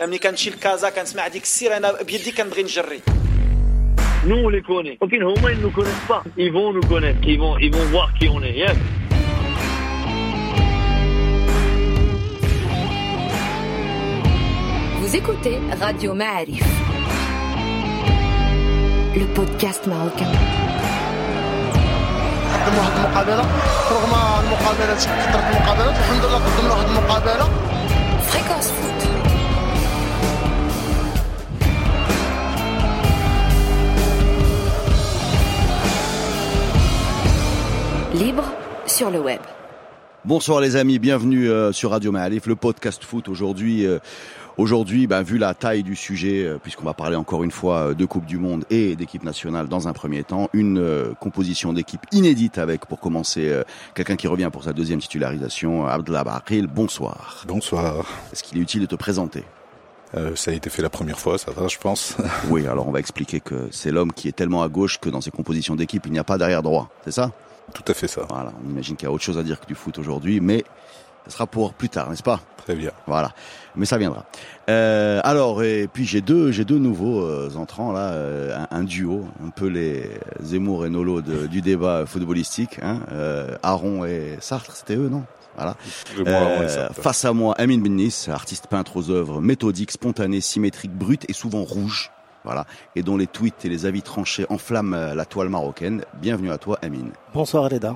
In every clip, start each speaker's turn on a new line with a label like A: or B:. A: ملي كنمشي لكازا كنسمع هذيك السير انا بيدي كنبغي نجري
B: Nous, on les connaît. Ok, Romain, ils ne nous connaissent pas. Ils vont nous connaître. Ils vont, ils vont voir qui on est. Yes.
C: Vous écoutez Radio Maarif, le podcast marocain.
D: قدم واحد المقابله رغم المقابلات كثره المقابلات الحمد لله قدمنا واحد المقابله
C: Fréquence foot. Libre sur le web.
E: Bonsoir les amis, bienvenue euh, sur Radio Maalif, le podcast foot aujourd'hui. euh, Aujourd'hui, ben, vu la taille du sujet, euh, puisqu'on va parler encore une fois euh, de Coupe du Monde et d'équipe nationale dans un premier temps, une euh, composition d'équipe inédite avec, pour commencer, euh, quelqu'un qui revient pour sa deuxième titularisation, Abdallah Bakil, bonsoir.
F: Bonsoir.
E: Est-ce qu'il est utile de te présenter
F: Euh, ça a été fait la première fois, ça va, je pense.
E: Oui, alors on va expliquer que c'est l'homme qui est tellement à gauche que dans ses compositions d'équipe, il n'y a pas d'arrière droit, c'est ça
F: Tout à fait ça.
E: Voilà, on imagine qu'il y a autre chose à dire que du foot aujourd'hui, mais ce sera pour plus tard, n'est-ce pas
F: Très bien.
E: Voilà, mais ça viendra. Euh, alors et puis j'ai deux j'ai deux nouveaux euh, entrants là, euh, un, un duo, un peu les Zemmour et Nolo de- du débat footballistique. Hein, euh, Aaron et Sartre, c'était eux non Voilà.
F: Je m'en rends
E: Euh,
F: ça.
E: face à moi, Amin Bennis, artiste peintre aux œuvres méthodiques, spontanées, symétriques, brutes et souvent rouges. Voilà, et dont les tweets et les avis tranchés enflamment euh, la toile marocaine. Bienvenue à toi, Amin.
G: Bonsoir Reda.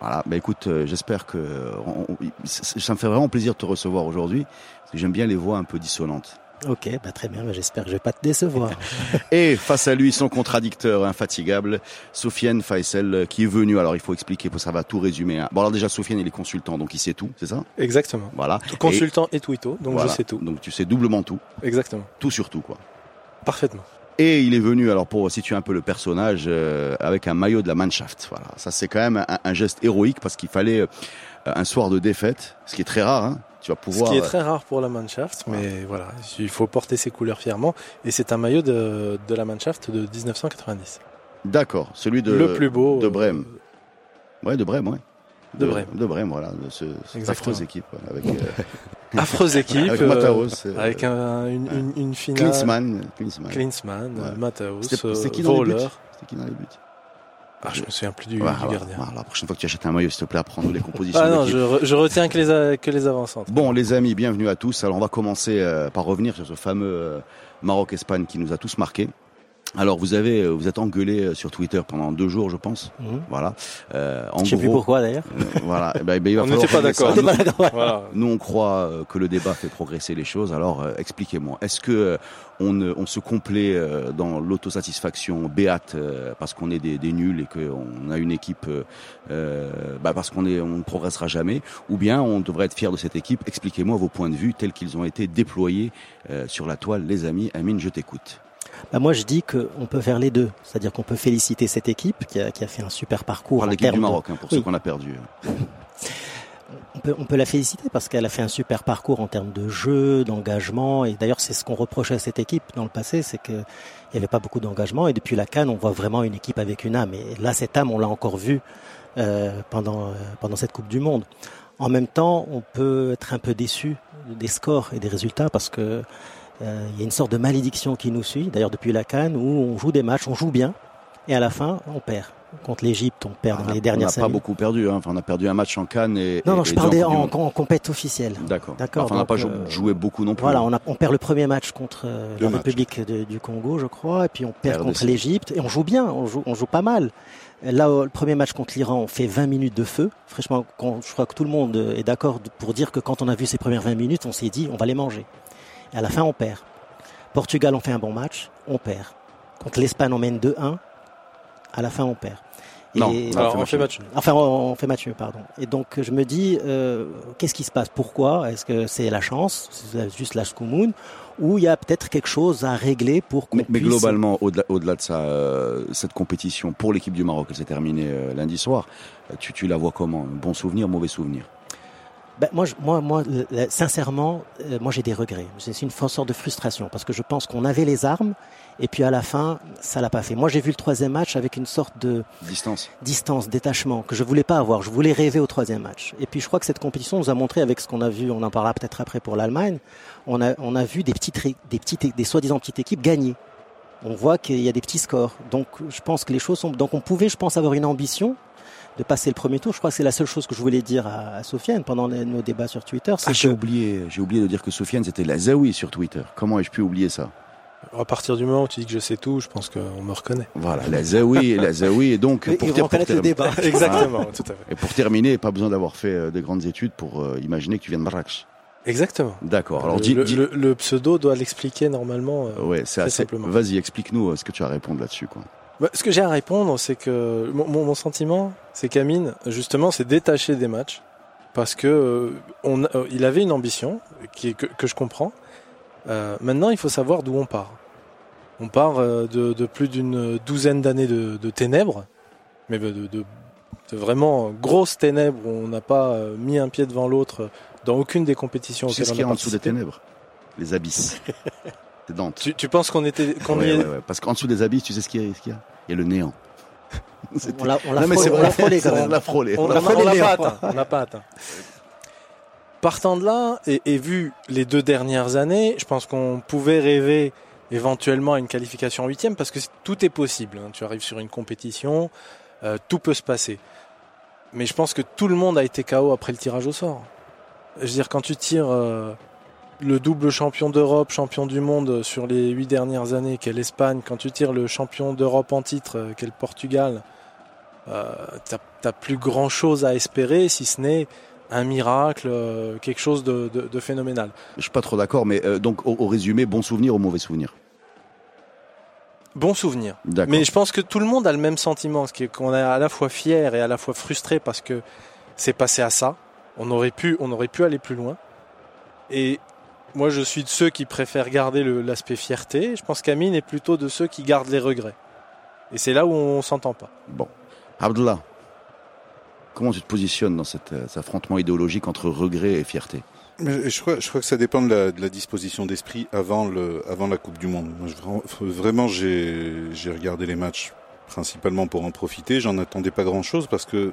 E: Voilà, bah écoute, euh, j'espère que euh, on- on- ça ça me fait vraiment plaisir de te recevoir aujourd'hui, parce que j'aime bien les voix un peu dissonantes.
G: Ok, bah très bien, bah j'espère que je vais pas te décevoir.
E: Et face à lui, son contradicteur infatigable, Soufiane Faisel, euh, qui est venu. Alors il faut expliquer, faut- ça va tout résumer. hein. Bon alors déjà, Soufiane, il est consultant, donc il sait tout, c'est ça
H: Exactement.
E: Voilà.
H: Consultant et twito,
E: Et
H: donc
E: voilà.
H: je sais tout.
E: Donc tu sais doublement tout,
H: Exactement.
E: tout sur tout quoi.
H: Parfaitement.
E: Et il est venu, alors pour situer un peu le personnage, euh, avec un maillot de la Mannschaft. Voilà, ça c'est quand même un, un geste héroïque parce qu'il fallait euh, un soir de défaite, ce qui est très rare. Hein, tu vas pouvoir.
H: Ce qui est
E: euh,
H: très rare pour la Mannschaft, mais voilà, il faut porter ses couleurs fièrement. Et c'est un maillot de, de la Mannschaft de 1990.
E: D'accord, celui de
H: le plus beau.
E: de
H: euh,
E: Brême. Ouais, de Brême, ouais.
H: De Brême.
E: De Brême, voilà, de ce, cette
H: Exactement.
E: affreuse équipe ouais, avec, euh,
H: Affreuse équipe.
E: avec
H: euh,
E: Mataos, euh,
H: avec un- une,
E: ouais.
H: une- une finale.
E: Klinsmann, Klinsmann.
H: Klinsmann,
E: Ouais.
H: Mataos,
E: C'était-
H: euh,
E: c'est qui dans les buts
H: Voller.
E: C'était qui dans les buts
H: Ah, je me souviens plus du,
E: Ouais,
H: du
E: ouais,
H: gardien.
E: ouais, La prochaine fois que tu achètes un maillot, s'il te plaît, apprends-nous les compositions.
H: Ah non,
E: d'équipe.
H: je, re- je retiens que les, a- que les avancantes.
E: Bon, les amis, bienvenue à tous. Alors, on va commencer euh, par revenir sur ce fameux euh, Maroc-Espagne qui nous a tous marqués. Alors, vous avez, euh, vous êtes engueulé sur Twitter pendant deux jours, je pense.
G: Mhm.
E: Voilà. Euh, en
G: Je sais plus
E: gros,
G: pourquoi d'ailleurs.
E: euh, voilà. Eh ben, eh ben, il va
H: On
E: falloir
H: n'était pas
E: régler ça.
H: d'accord.
E: Nous,
H: Voilà.
E: Nous, on croit euh, que le débat fait progresser les choses. Alors, euh, expliquez-moi. Est-ce que euh, on, ne- on se complaît euh, dans l'autosatisfaction béate euh, parce qu'on est des, des nuls et qu'on a une équipe euh, euh, bah, parce qu'on est, on ne progressera jamais, ou bien on devrait être fier de cette équipe Expliquez-moi vos points de vue tels qu'ils ont été déployés euh, sur la toile, les amis. Amine, je t'écoute.
G: Bah, moi je dis qu'on peut faire les deux, c'est-à-dire qu'on peut féliciter cette équipe qui a, qui a fait un super
E: On
G: parcours.
E: parle
G: en
E: l'équipe
G: termes
E: du
G: de-
E: Maroc hein, pour
G: Oui.
E: ceux qu'on a perdus.
G: on, peut, on peut la féliciter parce qu'elle a fait un super parcours en termes de jeu, d'engagement. Et d'ailleurs c'est ce qu'on reprochait à cette équipe dans le passé, c'est qu'il n'y avait pas beaucoup d'engagement. Et depuis la Cannes, on voit vraiment une équipe avec une âme. Et là cette âme, on l'a encore vue euh, pendant, euh, pendant cette Coupe du Monde. En même temps, on peut être un peu déçu des scores et des résultats parce que euh, il y a une sorte de malédiction qui nous suit, d'ailleurs depuis la Cannes, où on joue des matchs, on joue bien, et à la fin, on perd. Contre l'Égypte, on perd
E: On
G: dans
E: a- Ah,
G: les
E: on
G: dernières
E: n'a pas
G: semaines.
E: beaucoup perdu. hein. Enfin, on a perdu un match en Cannes et.
G: Non,
E: et-
G: non, je
E: et
G: parle
E: deux
G: des-
E: en
G: en,
E: Coupe du Monde.
G: en compète officielle.
E: D'accord.
G: D'accord,
E: Enfin, on n'a
G: donc,
E: pas jou-
G: euh,
E: joué beaucoup non plus. hein.
G: Voilà, on, a- on perd le premier match contre euh,
F: Deux
G: la
F: matchs.
G: République de- du Congo, je crois, et puis on perd
E: RDC.
G: contre l'Égypte, et on joue bien, on joue, on joue pas mal. Là, euh, le premier match contre l'Iran, on fait 20 minutes de feu. Franchement, quand- je crois que tout le monde euh, est d'accord de- pour dire que quand on a vu ces premières 20 minutes, on s'est dit, on va les manger. Et à la fin, on perd. Portugal, on fait un bon match, on perd. Contre l'Espagne, on mène 2-1, à la fin, on perd.
E: Non,
G: Et-
E: non,
H: Alors, on fait match nul.
G: Enfin, on on fait match nul, pardon. Et donc, je me dis, euh, qu'est-ce qui se passe Pourquoi Est-ce que c'est la chance C'est juste la scoumoune Ou il y a peut-être quelque chose à régler pour qu'on
E: Mais, mais
G: puisse-
E: globalement, au-delà au-delà de ça, euh, cette compétition pour l'équipe du Maroc, elle s'est terminée euh, lundi soir. Euh, Tu, tu la vois comment Un Bon souvenir, mauvais souvenir
G: Ben, moi, je- moi, moi, le- le- sincèrement, euh, moi j'ai des regrets. C'est c'est une fausse sorte de frustration parce que je pense qu'on avait les armes et puis à la fin, ça l'a pas fait. Moi, j'ai vu le troisième match avec une sorte de
E: Distance.
G: Ah, distance, détachement que je voulais pas avoir. Je voulais rêver au troisième match. Et puis, je crois que cette compétition nous a montré avec ce qu'on a vu, on en parlera peut-être après pour l'Allemagne, on a, on a vu des petites, ré- des petites, des soi-disant petites équipes gagner. On voit qu'il y a des petits scores. Donc, je pense que les choses sont, donc on pouvait, je pense, avoir une ambition de passer le premier tour. Je crois que c'est la seule chose que je voulais dire à, à Sofiane pendant les- nos débats sur Twitter.
E: Ah,
G: C'est
E: j'ai
G: que,
E: oublié, j'ai oublié de dire que Sofiane c'était la Zawi sur Twitter. Comment ai-je pu oublier ça
H: À partir du moment où tu dis que je sais tout, je pense qu'on me reconnaît.
E: Voilà, la Zawi, la Zawi et donc
G: Et- et
E: ter-
G: reconnaître le
E: ter-
G: débat.
H: Exactement, tout à fait.
E: Et pour terminer, pas besoin d'avoir fait euh, de grandes études pour euh, imaginer que tu viens de Marrakech.
H: Exactement.
E: D'accord. Alors
H: le,
E: dis,
H: le-
E: dis- Ah Oh.
H: le- le pseudo doit l'expliquer normalement. euh.
E: ouais, c'est
H: très
E: assez.
H: simplement.
E: Vas-y, explique-nous euh, ce que tu as à répondre là-dessus, quoi.
H: Bah, ce que j'ai à répondre, c'est que mon, mon- mon sentiment, c'est qu'Amine, justement, s'est détaché des matchs parce que euh, on, a- euh, il avait une ambition qui est- que, que je comprends. Euh, maintenant, il faut savoir d'où on part. On part euh, de, de plus d'une douzaine d'années de, de ténèbres, mais de, de- de- de vraiment grosses ténèbres où on n'a pas euh, mis un pied devant l'autre dans aucune des compétitions.
E: Tu sais
H: auxquelles
E: ce
H: on
E: qu'il y a
H: a
E: en dessous des
H: participé.
E: ténèbres Les abysses. C'est Dante.
H: Tu, tu penses qu'on était, qu'on y
E: Ouais,
H: est-
E: ouais, ouais. Parce qu'en dessous des abysses, tu sais ce qu'il y a, ce qu'il y a Il y a le néant. C'était-
G: on l'a, on l'a
E: Non, mais
G: frôlé-
E: c'est
G: on
E: vrai,
G: l'a frôlé
E: c'est vrai, on l'a frôlé.
G: quand même.
H: On
E: On l'a
H: n'a
E: frôlé.
G: frôlé,
H: pas, on l'a pas
G: Léon.
H: atteint. On n'a pas atteint. Partant de là, et, et vu les deux dernières années, je pense qu'on pouvait rêver éventuellement à une qualification en huitième parce que c'est- tout est possible. hein. Tu arrives sur une compétition, euh, tout peut se passer. Mais je pense que tout le monde a été KO après le tirage au sort. Je veux dire, quand tu tires euh, le double champion d'Europe, champion du monde euh, sur les huit dernières années, qu'est l'Espagne, quand tu tires le champion d'Europe en titre, euh, qu'est le Portugal, euh, t'as- t'as plus grand chose à espérer si ce n'est un miracle, euh, quelque chose de, de- de phénoménal.
E: Je suis pas trop d'accord, mais euh, donc au, au résumé, bon souvenir ou mauvais souvenir
H: Bon souvenir.
E: D'accord.
H: Mais je pense que tout le monde a le même sentiment, ce qui est qu'on est à la fois fier et à la fois frustré parce que c'est passé à ça. On aurait pu, on aurait pu aller plus loin. Et moi, je suis de ceux qui préfèrent garder le- l'aspect fierté. Je pense qu'Amine est plutôt de ceux qui gardent les regrets. Et c'est là où on s'entend pas.
E: Bon. Abdullah, comment tu te positionnes dans cette, euh, cet affrontement idéologique entre regret et fierté
F: Mais je crois, je crois que ça dépend de la, de la disposition d'esprit avant le, avant la Coupe du Monde. Moi, je- vra- vraiment, j'ai, j'ai regardé les matchs principalement pour en profiter. J'en attendais pas grand-chose parce que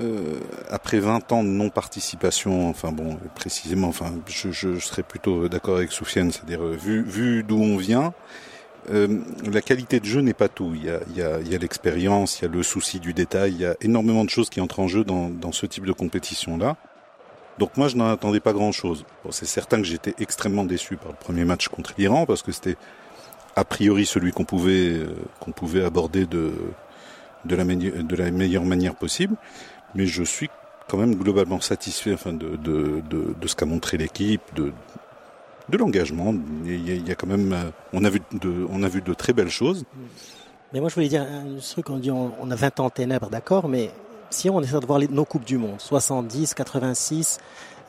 F: euh, après 20 ans de non-participation, enfin bon, précisément, enfin, je, je, je serais plutôt d'accord avec Soufiane, c'est-à-dire euh, vu, vu d'où on vient. euh, la qualité de jeu n'est pas tout. Il y a, il y a, il y a l'expérience, il y a le souci du détail, il y a énormément de choses qui entrent en jeu dans, dans ce type de compétition-là. Donc moi, je n'en attendais pas grand-chose. Bon, c'est certain que j'étais extrêmement déçu par le premier match contre l'Iran parce que c'était a priori celui qu'on pouvait euh, qu'on pouvait aborder de de la, mani- de la meilleure manière possible. Mais je suis quand même globalement satisfait enfin, de, de, de, de ce qu'a montré l'équipe, de, de l'engagement. Il y a- il y a quand même, euh, on a vu de, on a vu de très belles choses.
G: Mais moi, je voulais dire un truc. On dit on, on a 20 ans de ténèbres, d'accord, mais si on essaie de voir les, nos coupes du monde, 70, 86,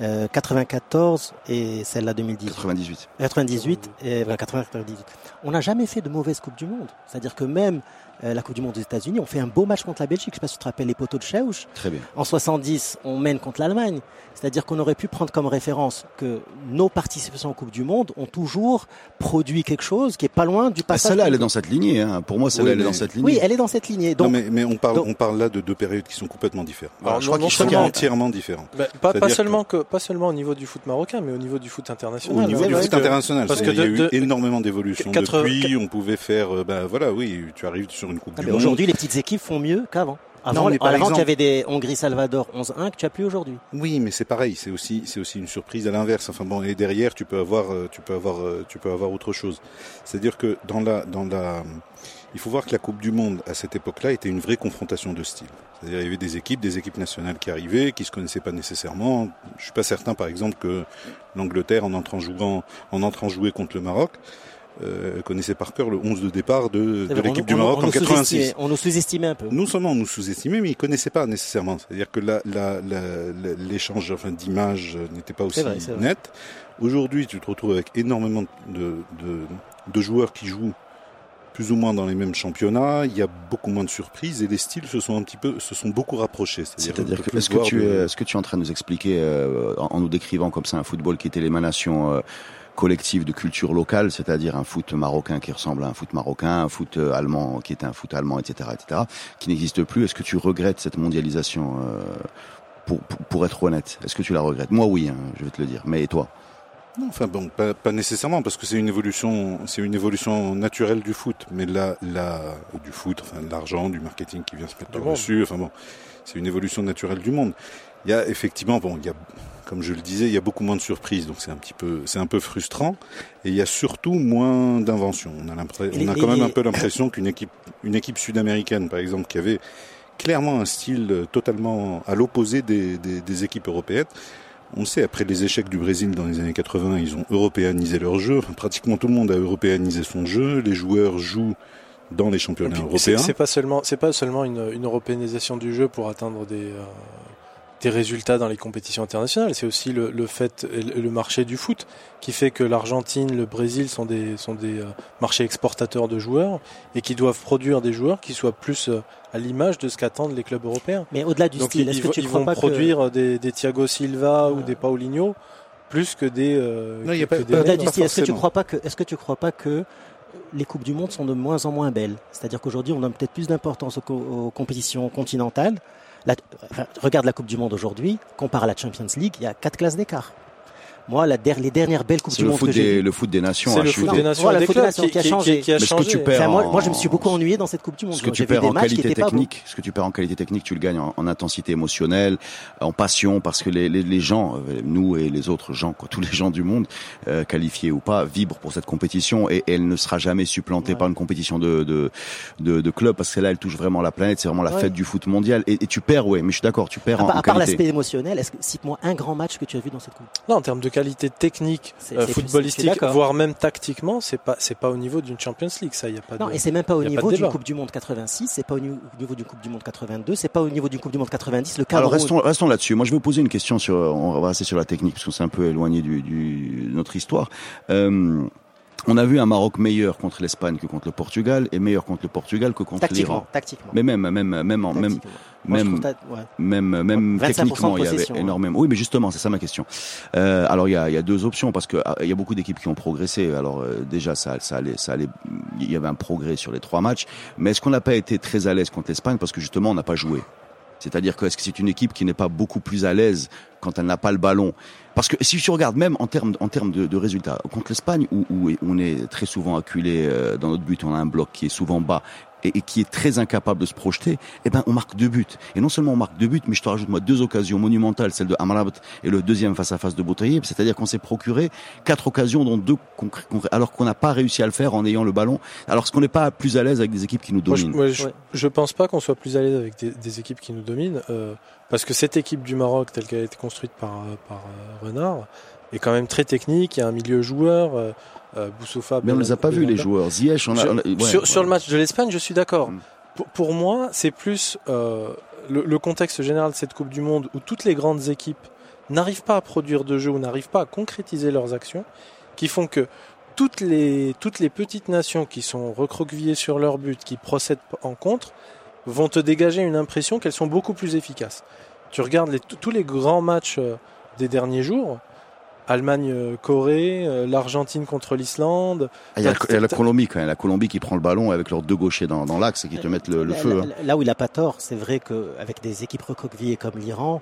G: euh, 94 et celle-là 2018.
E: 98.
G: 98 et enfin, 80, 98. On n'a jamais fait de mauvaise Coupe du Monde. C'est-à-dire que même euh, la Coupe du Monde des États-Unis, on fait un beau match contre la Belgique. Je sais pas si tu te rappelles les poteaux de Chaouch.
E: Très bien.
G: En 70, on mène contre l'Allemagne. C'est-à-dire qu'on aurait pu prendre comme référence que nos participations en Coupe du Monde ont toujours produit quelque chose qui est pas loin du
E: Ah,
G: passage.
E: celle-là, elle est dans cette lignée. hein. Pour moi, celle-là,
F: Oui,
E: elle est
F: mais-
E: dans cette lignée.
G: Oui, elle est dans cette lignée.
F: non,
G: Donc,
F: mais, mais on parle,
G: donc-
F: on parle là de deux périodes qui sont complètement différentes.
H: Alors,
E: je crois
H: non
E: qu'il
F: Qui sont
H: seulement-
F: entièrement différentes.
H: Bah, pas, pas
F: C'est-à-dire
H: seulement que, pas seulement au niveau du foot marocain, mais au niveau du foot
F: Au
H: international. Hein,
G: Ouais,
F: niveau
G: mais
H: Parce
F: du
G: ouais,
F: foot
H: que-
F: international,
H: Ah, parce
F: parce
H: que
F: qu'il y a
H: de-
F: eu
H: de-
F: énormément d'évolutions.
H: 80
F: Depuis, on pouvait faire, euh, ben voilà, oui, tu arrives sur une Coupe
G: Ah,
F: du
G: mais
F: Monde.
G: aujourd'hui, les petites équipes font mieux qu'avant. Avant,
F: Non, mais par
G: avant tu
F: exemple-
G: avais des Hongrie-Salvador 11-1 que tu as plus aujourd'hui.
F: Oui, mais c'est pareil, c'est aussi c'est aussi une surprise à l'inverse. Enfin bon, et derrière tu peux avoir euh, tu peux avoir euh, tu peux avoir autre chose. C'est-à-dire que dans la dans la il faut voir que la Coupe du monde à cette époque-là était une vraie confrontation de style. C'est-à-dire il y avait des équipes, des équipes nationales qui arrivaient, qui se connaissaient pas nécessairement. Je suis pas certain par exemple que l'Angleterre en entrant jouant en entrant jouer contre le Maroc euh, connaissait par cœur le 11 de départ de, de
G: C'est-à-dire,
F: l'équipe
G: on-
F: du
G: on-
F: Maroc
G: on
F: en
G: nous
F: 86.
G: sous-estimait- On nous sous-estimait un peu.
F: Non seulement on nous sous-estimait, mais ils connaissaient pas nécessairement. C'est-à-dire que la- la- la- la- l'échange enfin, d'images euh, n'était pas aussi
G: vrai, c'est vrai.
F: net. Aujourd'hui, tu te retrouves avec énormément de, de, de joueurs qui jouent plus ou moins dans les mêmes championnats, il y a beaucoup moins de surprises et les styles se sont un petit peu, se sont beaucoup rapprochés.
E: C'est-à-dire
F: on peut
E: que
F: plus
E: est-ce que
F: voir
E: tu
F: de-
E: es, ce que tu es en train de nous expliquer euh, en en nous décrivant comme ça un football qui était l'émanation euh, collective de culture locale, c'est-à-dire un foot marocain qui ressemble à un foot marocain, un foot euh, allemand qui était un foot allemand, etc., etc., qui n'existe plus. Est-ce que tu regrettes cette mondialisation euh, pour, pour, pour être honnête, est-ce que tu la regrettes Moi, oui, hein, je vais te le dire. Mais et toi
F: Non, enfin bon, pas, pas nécessairement parce que c'est une évolution, c'est une évolution naturelle du foot, mais là, là, du foot, enfin de l'argent, du marketing qui vient se
H: Du
F: mettre
H: monde.
F: dessus, enfin bon, c'est une évolution naturelle du monde. Il y a effectivement, bon, il y a, comme je le disais, il y a beaucoup moins de surprises, donc c'est un petit peu, c'est un peu frustrant, et il y a surtout moins d'inventions. On a l'impression,
G: Et les-
F: on a quand
G: et
F: même un
G: les-
F: peu l'impression qu'une équipe, une équipe sud-américaine, par exemple, qui avait clairement un style euh, totalement à l'opposé des, des, des équipes européennes. On le sait, après les échecs du Brésil dans les années 80, ils ont européanisé leur jeu. Enfin, pratiquement tout le monde a européanisé son jeu. Les joueurs jouent dans les
H: Et
F: championnats
H: puis,
F: européens.
H: C'est c'est pas seulement, c'est pas seulement une, une européanisation du jeu pour atteindre des, euh, des résultats dans les compétitions internationales. C'est aussi le, le fait, et le le marché du foot qui fait que l'Argentine, le Brésil sont des, sont des euh, marchés exportateurs de joueurs et qui doivent produire des joueurs qui soient plus euh, à l'image de ce qu'attendent les clubs européens.
G: Mais au-delà du
H: Donc
G: style,
H: ils,
G: est-ce
H: ils
G: que
H: vont-
G: tu
H: ils
G: crois
H: vont
G: pas que... Euh.
H: produire euh, des, des Thiago Silva ou des Paulinho plus que des. euh,
F: Non, il y a
H: que
F: pas-
H: des
F: pas-
G: Au-delà
H: mecs.
G: du style, est-ce que tu
F: forcément.
G: crois pas que, est-ce que tu crois pas que les coupes du monde sont de moins en moins belles C'est-à-dire qu'aujourd'hui, on donne peut-être plus d'importance aux, co- aux compétitions continentales. La- enfin, regarde la Coupe du Monde aujourd'hui, compare à la Champions League, il y a quatre classes d'écart. Moi, la der- les dernières belles coupes
E: C'est
G: du
E: le
G: monde
E: foot,
G: que j'ai
E: des,
G: vues.
E: le foot des nations.
F: hein,
H: C'est
E: à
H: le
E: chuter.
H: foot des nations
G: Voilà,
H: et
G: le
H: des
G: foot des
H: clubs
G: nations qui a changé.
H: qui a
E: Mais ce que
H: changé.
E: tu perds
G: Enfin, moi,
E: en-
G: moi, je me suis beaucoup ennuyé dans cette Coupe du Monde.
E: Ce que
G: J'ai
E: tu
G: vu
E: perds
G: des
E: en
G: matchs qui
E: qualité
G: étaient pas beaux.
E: technique, ce que tu perds en qualité technique, tu le gagnes en, en intensité émotionnelle, en passion, parce que les, les, les gens, euh, nous et les autres gens, quoi, tous les gens du monde, euh, qualifiés ou pas, vibrent pour cette compétition et, et elle ne sera jamais supplantée
G: Ouais.
E: par une compétition de, de, de, de club, parce que là, elle touche vraiment la planète, c'est vraiment la
G: Ouais.
E: fête du foot mondial. Et, et tu perds, ouais, mais je suis d'accord, tu perds
G: À,
E: en,
G: part-
E: en
G: à part
E: qualité.
G: l'aspect émotionnel, est-ce que cite-moi un grand match que tu as vu dans cette Coupe
H: Non, en termes de qualité technique,
G: C'est-
H: euh,
G: c'est- c'est- c'est
H: footballistique,
G: d'accord.
H: voire même tactiquement, c'est pas c'est pas au niveau d'une Champions League, ça. Il y a pas
G: Non,
H: de.
G: et c'est même pas au
H: Ah, y a pas de
G: niveau d'une
H: débat.
G: Coupe du Monde 86, c'est pas au niveau au niveau d'une Coupe du Monde 82, c'est pas au niveau d'une Coupe du Monde 90. Le
E: Alors
G: Cameroun.
E: restons, restons là-dessus. Moi, je vais vous poser une question sur. On va rester sur la technique parce qu'on s'est un peu éloigné du, du de notre histoire. Euh, on a vu un Maroc meilleur contre l'Espagne que contre le Portugal et meilleur contre le Portugal que contre l'Iran.
G: tactiquement, tactiquement.
E: Mais même, même, même, en, même,
G: Tactiquement. Moi, je
E: même,
G: trouve ta- ouais.
E: même, même
G: 25% de
E: techniquement, il y avait
G: possession, hein.
E: énormément. Oui, mais justement, c'est ça ma question. Euh, alors, il y a, il y a deux options parce que ah, il y a beaucoup d'équipes qui ont progressé. Alors, euh, déjà, ça, ça allait, ça allait. Il y avait un progrès sur les trois matchs. Mais est-ce qu'on n'a pas été très à l'aise contre l'Espagne parce que justement, on n'a pas joué C'est-à-dire que est-ce que c'est une équipe qui n'est pas beaucoup plus à l'aise quand elle n'a pas le ballon Parce que si tu regardes même en termes en termes de, de résultats contre l'Espagne, où, où on est très souvent acculé euh, dans notre but, on a un bloc qui est souvent bas et, et qui est très incapable de se projeter. Eh ben, on marque deux buts. Et non seulement on marque deux buts, mais je te rajoute moi deux occasions monumentales, celle de Amrabat et le deuxième face à face de Boutaïeb. C'est-à-dire qu'on s'est procuré quatre occasions, dont deux qu'on crée- qu'on crée- alors qu'on n'a pas réussi à le faire en ayant le ballon. Alors ce qu'on n'est pas plus à l'aise avec des équipes qui nous
H: Moi, je,
E: dominent.
H: moi, je,
G: Ouais.
H: je pense pas qu'on soit plus à l'aise avec des, des équipes qui nous dominent, euh, parce que cette équipe du Maroc, telle qu'elle a été construite par, euh, par euh, Renard, est quand même très technique. Il y a un milieu joueur, euh, euh, Boussoufa.
E: Mais on ne les a pas vus les
H: Belhanda.
E: joueurs. Ziyech, on a,
H: Je-
E: on a- ouais,
H: sur, sur
E: ouais.
H: le match de l'Espagne, je suis d'accord.
E: Mm.
H: Pour, pour moi, c'est plus euh, le, le contexte général de cette Coupe du Monde où toutes les grandes équipes n'arrivent pas à produire de jeu ou n'arrivent pas à concrétiser leurs actions, qui font que toutes les, toutes les petites nations qui sont recroquevillées sur leur but, qui procèdent en contre, vont te dégager une impression qu'elles sont beaucoup plus efficaces. Tu regardes les- tous les grands matchs euh, des derniers jours, Allemagne-Corée, euh, l'Argentine contre l'Islande,
E: Ah, Il y a,
H: Tac,
E: il y a la
H: tac,
E: Colombie quand même, la Colombie qui prend le ballon avec leurs deux gauchers dans, dans l'axe et qui te mettent le, le
G: Là-
E: feu.
G: là-
E: hein.
G: Là où il a pas tort, c'est vrai qu'avec des équipes recroquevillées comme l'Iran,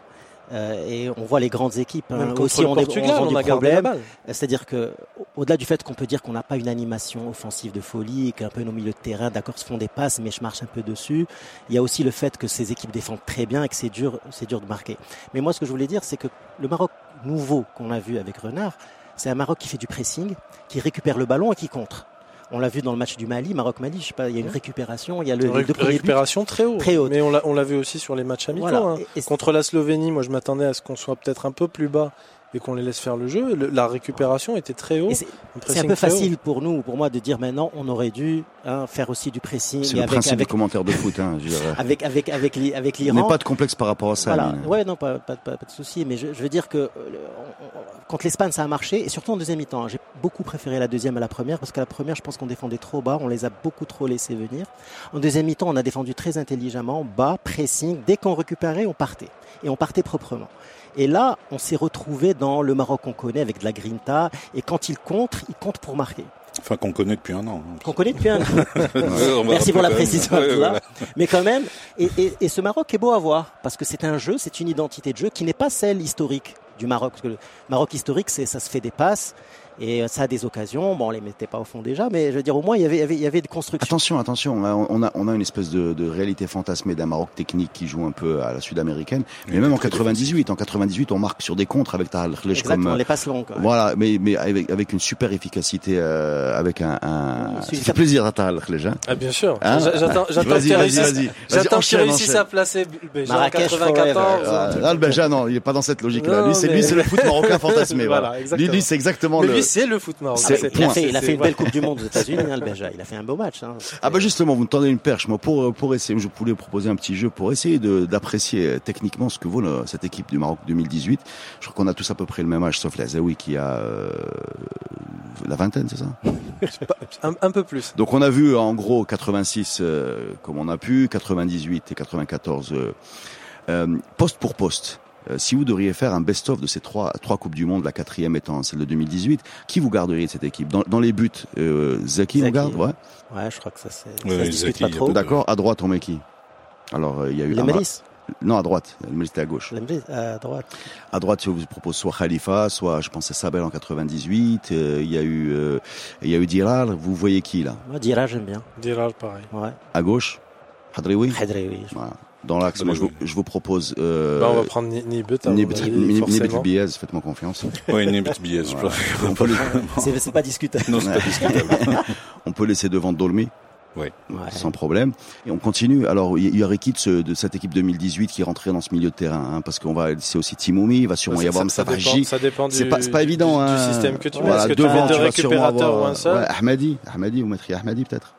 G: euh, et on voit les grandes équipes hein,
H: Même contre
G: aussi
H: le
G: ont des,
H: Portugal,
G: ont
H: on,
G: des
H: a gardé la
G: problèmes.
H: balle.
G: C'est-à-dire que, au- au-delà du fait qu'on peut dire qu'on n'a pas une animation offensive de folie, et qu'un peu nos milieux de terrain, d'accord, se font des passes, mais je marche un peu dessus, il y a aussi le fait que ces équipes défendent très bien et que c'est dur, c'est dur de marquer. Mais moi, ce que je voulais dire, c'est que le Maroc nouveau qu'on a vu avec Renard, c'est un Maroc qui fait du pressing, qui récupère le ballon et qui contre. On l'a vu dans le match du Mali, Maroc-Mali, je sais pas, il y a une récupération, il y a le, les
H: Récu-
G: deux premiers buts.
H: Mmh. récupération très haut.
G: Très haute.
H: Mais on l'a, on l'a vu aussi sur les matchs amicaux.
G: Voilà.
H: hein.
G: Et- et-
H: Contre la Slovénie, moi je m'attendais à ce qu'on soit peut-être un peu plus bas et qu'on les laisse faire le jeu. Le- la récupération était très haut.
G: et c'est-
H: un
G: C'est un
H: hein. pressing
G: peu
H: très haut.
G: facile pour nous, pour moi, de dire maintenant, on aurait dû hein, faire aussi du pressing
E: C'est
G: et
E: le
G: avec,
E: principe
G: avec,
E: du commentaire de foot. Hein, je dirais.
G: avec avec avec l'I- avec
E: On n'est
G: l'Iran.
E: pas de complexe par rapport à ça.
G: Voilà.
E: mais-
G: Ouais, non, pas, pas, pas, pas de souci, mais je, je veux dire que euh, le- on- on- Contre l'Espagne, ça a marché. Et surtout en deuxième mi-temps. hein, J'ai beaucoup préféré la deuxième à la première parce qu'à la première, je pense qu'on défendait trop bas. On les a beaucoup trop laissés venir. En deuxième mi-temps, on a défendu très intelligemment, bas, pressing. Dès qu'on récupérait, on partait. Et on partait proprement. Et là, on s'est retrouvé dans le Maroc qu'on connaît avec de la grinta. Et quand il contre, il compte pour marquer.
F: Enfin, qu'on connaît depuis un an.
G: Qu'on connaît depuis un an.
F: On va
G: Merci pour la
F: rappeler bah, quand
G: précision.
F: même. Ouais,
G: Abdullah.
F: voilà.
G: Mais quand même, et, et- et ce Maroc est beau à voir parce que c'est un jeu, c'est une identité de jeu qui n'est pas celle historique du Maroc. Parce que le Maroc historique, c'est ça se fait des passes et euh, ça a des occasions. Bon, on les mettait pas au fond déjà, mais je veux dire au moins il y avait, il y avait, il y avait des constructions.
E: Attention, attention, on a, on a, on a une espèce de, de réalité fantasmée d'un Maroc technique qui joue un peu à la sud-américaine. Mais même en 98, en 98, on marque sur des contres avec Tahal Khlech comme.
G: Exactement, les passes longues. quoi.
E: euh, Voilà, mais, mais avec, avec une super efficacité, euh, avec un. un...
G: Oui,
E: Ça
G: c'est-
E: fait plaisir à Tahal Khlech, hein
H: Ah, bien sûr.
E: Hein
H: J'a- J'attends j'attends que
E: Vas-y,
H: tu
E: vas-y,
H: réussisses
E: vas-y.
H: J'attends que tu
E: enchaîne,
H: réussisses
E: enchaîne.
H: à placer le Béja en
G: Marrakech,
H: 94.
G: forever.
H: un truc
E: Là, le Belgian, Ah, non, il est pas dans cette logique-là.
H: Non,
E: lui, c'est
H: mais-
E: lui, c'est le foot marocain fantasmé.
H: euh, Voilà,
E: voilà. Lui,
H: exactement.
E: lui, c'est exactement
H: Mais
E: le.
H: lui, c'est le foot marocain.
E: C'est-
G: Ah, Il a
E: point.
G: fait, il a
H: C'est-
G: fait une
H: voilà.
G: belle Coupe du Monde aux États-Unis, hein, le Belge. Il a fait un beau match. hein.
E: Ah bah justement, vous me tendez une perche, moi, pour euh, pour essayer, je voulais proposer un petit jeu pour essayer de- d'apprécier euh, techniquement ce que vaut le- cette équipe du Maroc 2018. Je crois qu'on a tous à peu près le même âge, sauf Lazaoui qui a euh, la vingtaine, c'est ça
H: Un, un peu plus.
E: Donc on a vu euh, en gros 86 euh, comme on a pu, 98 et 94 euh, euh, poste pour poste. Euh, si vous devriez faire un best-of de ces trois, trois Coupes du Monde, la quatrième étant celle de 2018, qui vous garderiez de cette équipe dans, dans les buts, euh, Zaki, on
G: Zaki.
E: garde ouais
G: Ouais, je crois que ça c'est.
F: Ouais,
G: ça se discute
F: Zaki,
G: pas
F: il y a
G: trop.
F: pas
E: D'accord, à droite on met qui Alors euh, il y a eu
G: Les
E: Amra-
G: Mélis,
E: Non, à droite, le Mélis était à gauche.
G: les Mélis, à droite.
E: À droite, je vous propose soit Khalifa, soit je pensais Sabel en 98, euh, il y a eu euh, il y a eu Dirar, vous voyez qui là
G: Moi, Dira, j'aime bien.
H: Dirar, pareil.
G: Ouais.
E: À gauche Hadrioui
G: Hadré, oui.
E: Voilà. Dans l'axe, moi je vous, je vous propose euh,
H: Là, Bah, on va prendre Ni- Nibet. hein, à mon
E: Nibet-
H: avis,
E: Nibet- Nibet
H: forcément. Bah,
E: Biez, faites-moi confiance.
F: Oui, une petite biaise. je
E: Voilà.
F: préfère.
E: on, peut laisser,
G: C'est c'est pas discutable.
F: Non, c'est pas discutable.
E: on peut laisser devant Dolmy
G: Ouais.
E: sans problème. Et on continue. Alors il y- il y a Rekit ce- de cette équipe 2018 qui est rentré dans ce milieu de terrain, hein, parce qu'on va c'est aussi Timoumi, il va sûrement y
H: Ça-
E: avoir
H: ça, ça,
E: Mustapha
H: dépend,
E: Haji.
H: ça dépend du,
E: C'est pas, c'est pas évident.
H: du,
E: hein.
H: du système que tu mets.
E: Voilà,
H: Est-ce que tu
E: devant,
H: mets deux
E: vas sûrement
H: récupérateurs
E: avoir,
H: ou un seul
E: ouais, Ahmadi, Ahmadi, vous mettriez Ahmadi peut-être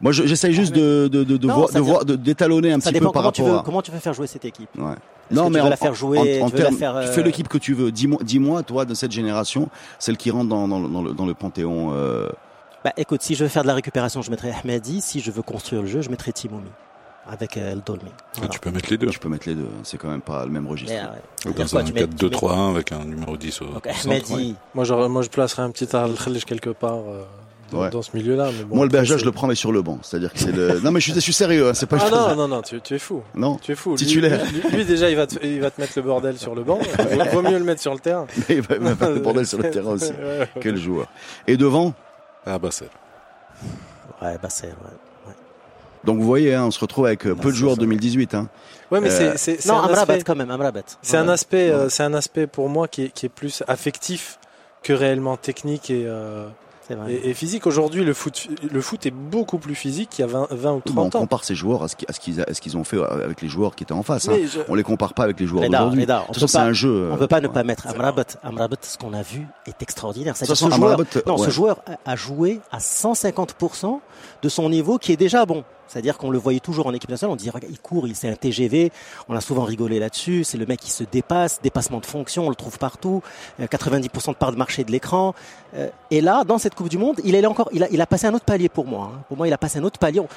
E: Moi, je- j'essaye juste de, de, de, de
G: Non,
E: voir-
G: ça
E: de
G: dé-
E: voir- de- d'étalonner un
G: Ça
E: petit
G: dépend
E: peu par
G: comment tu,
E: rapport
G: veux,
E: à.
G: comment tu veux faire jouer cette équipe.
E: Ouais.
G: Est-ce que tu veux la faire jouer,
E: en,
G: tu
E: en
G: veux
E: termes-
G: la faire, euh,
E: tu fais l'équipe que tu veux. Dis-moi, dis-moi, toi, de cette génération, celle qui rentre dans, dans, le- dans le, dans le panthéon. euh,
G: Bah écoute, si je veux faire de la récupération, je mettrai Ahmadi. Si je veux construire le jeu, je mettrai Timomi avec euh, El Dolmi. euh,
F: Ah, Tu peux mettre les deux.
E: je peux mettre les deux. hein. C'est quand même pas le même registre.
G: Dans
F: Dans un 4-2-3-1 avec un numéro euh, 10 au
G: Donc
F: au centre, ouais.
G: Ahmadi,
H: Moi, j'aurais- moi, je placerais un petit al quelque part euh, dans,
E: Ouais.
H: dans ce milieu-là. mais bon,
E: Moi, le
H: après,
E: Berger,
H: c'est-
E: je le prends mais sur le banc. C'est-à-dire que c'est le. Non, mais je suis, je suis sérieux. hein, c'est pas.
H: Ah
E: une chose-
H: non, non, non, tu, tu es fou.
E: Non.
H: Tu es fou. Lui-
E: Titulaire.
H: Lui, lui, déjà, il va, te, il va te mettre le bordel sur le banc. Vaut- Vaut mieux le mettre sur le terrain.
E: Mais il va- il va faire le bordel sur le terrain aussi.
H: Ouais, ouais.
E: Quel joueur. Et devant,
F: Ah, bah, c'est.
G: ouais, bah c'est. Ouais.
E: Donc vous voyez, hein, on se retrouve avec
G: Ah,
E: euh, peu de
F: c'est
E: joueurs
F: ça.
E: 2018. Hein.
H: Ouais, mais
E: Euh,
H: c'est- c'est c'est
G: Non,
H: un
G: Amrabat
H: aspect,
G: quand même, Amrabat.
H: c'est un
G: Amrabat.
H: aspect, euh,
E: Ouais.
H: c'est un aspect pour moi qui est, qui est plus affectif que réellement technique et, euh,
G: C'est vrai.
H: et, et physique. Aujourd'hui, le foot, le foot est beaucoup plus physique qu'il y a 20, 20 ou
E: Bon, on
H: 30 ans.
E: compare ces joueurs à ce qui- à ce qu'ils a- à ce qu'ils ont fait euh, avec les joueurs qui étaient en face. Hein.
H: Mais je-
E: On les compare pas avec les joueurs
G: Reda,
E: d'aujourd'hui.
G: Reda,
E: De
G: on
E: toute
G: peut
E: façon, c'est
G: pas-
E: un jeu. euh,
G: On peut pas ne
E: ouais.
G: pas mettre Amrabat. Amrabat, ce qu'on a vu est extraordinaire.
E: De
G: C'est
E: toute façon,
G: ce joueur,
E: Amrabat,
G: non,
E: ouais.
G: ce joueur a- a joué à 150% de son niveau qui est déjà bon. C'est-à-dire qu'on le voyait toujours en équipe nationale, on dit regarde, il court, il c'est un TGV, on a souvent rigolé là-dessus, c'est le mec qui se dépasse, dépassement de fonction, on le trouve partout, euh, 90% de part de marché de l'écran. Euh, Et là, dans cette Coupe du Monde, il est là encore, il a, il a passé un autre palier pour moi. hein. Pour moi, il a passé un autre palier. On-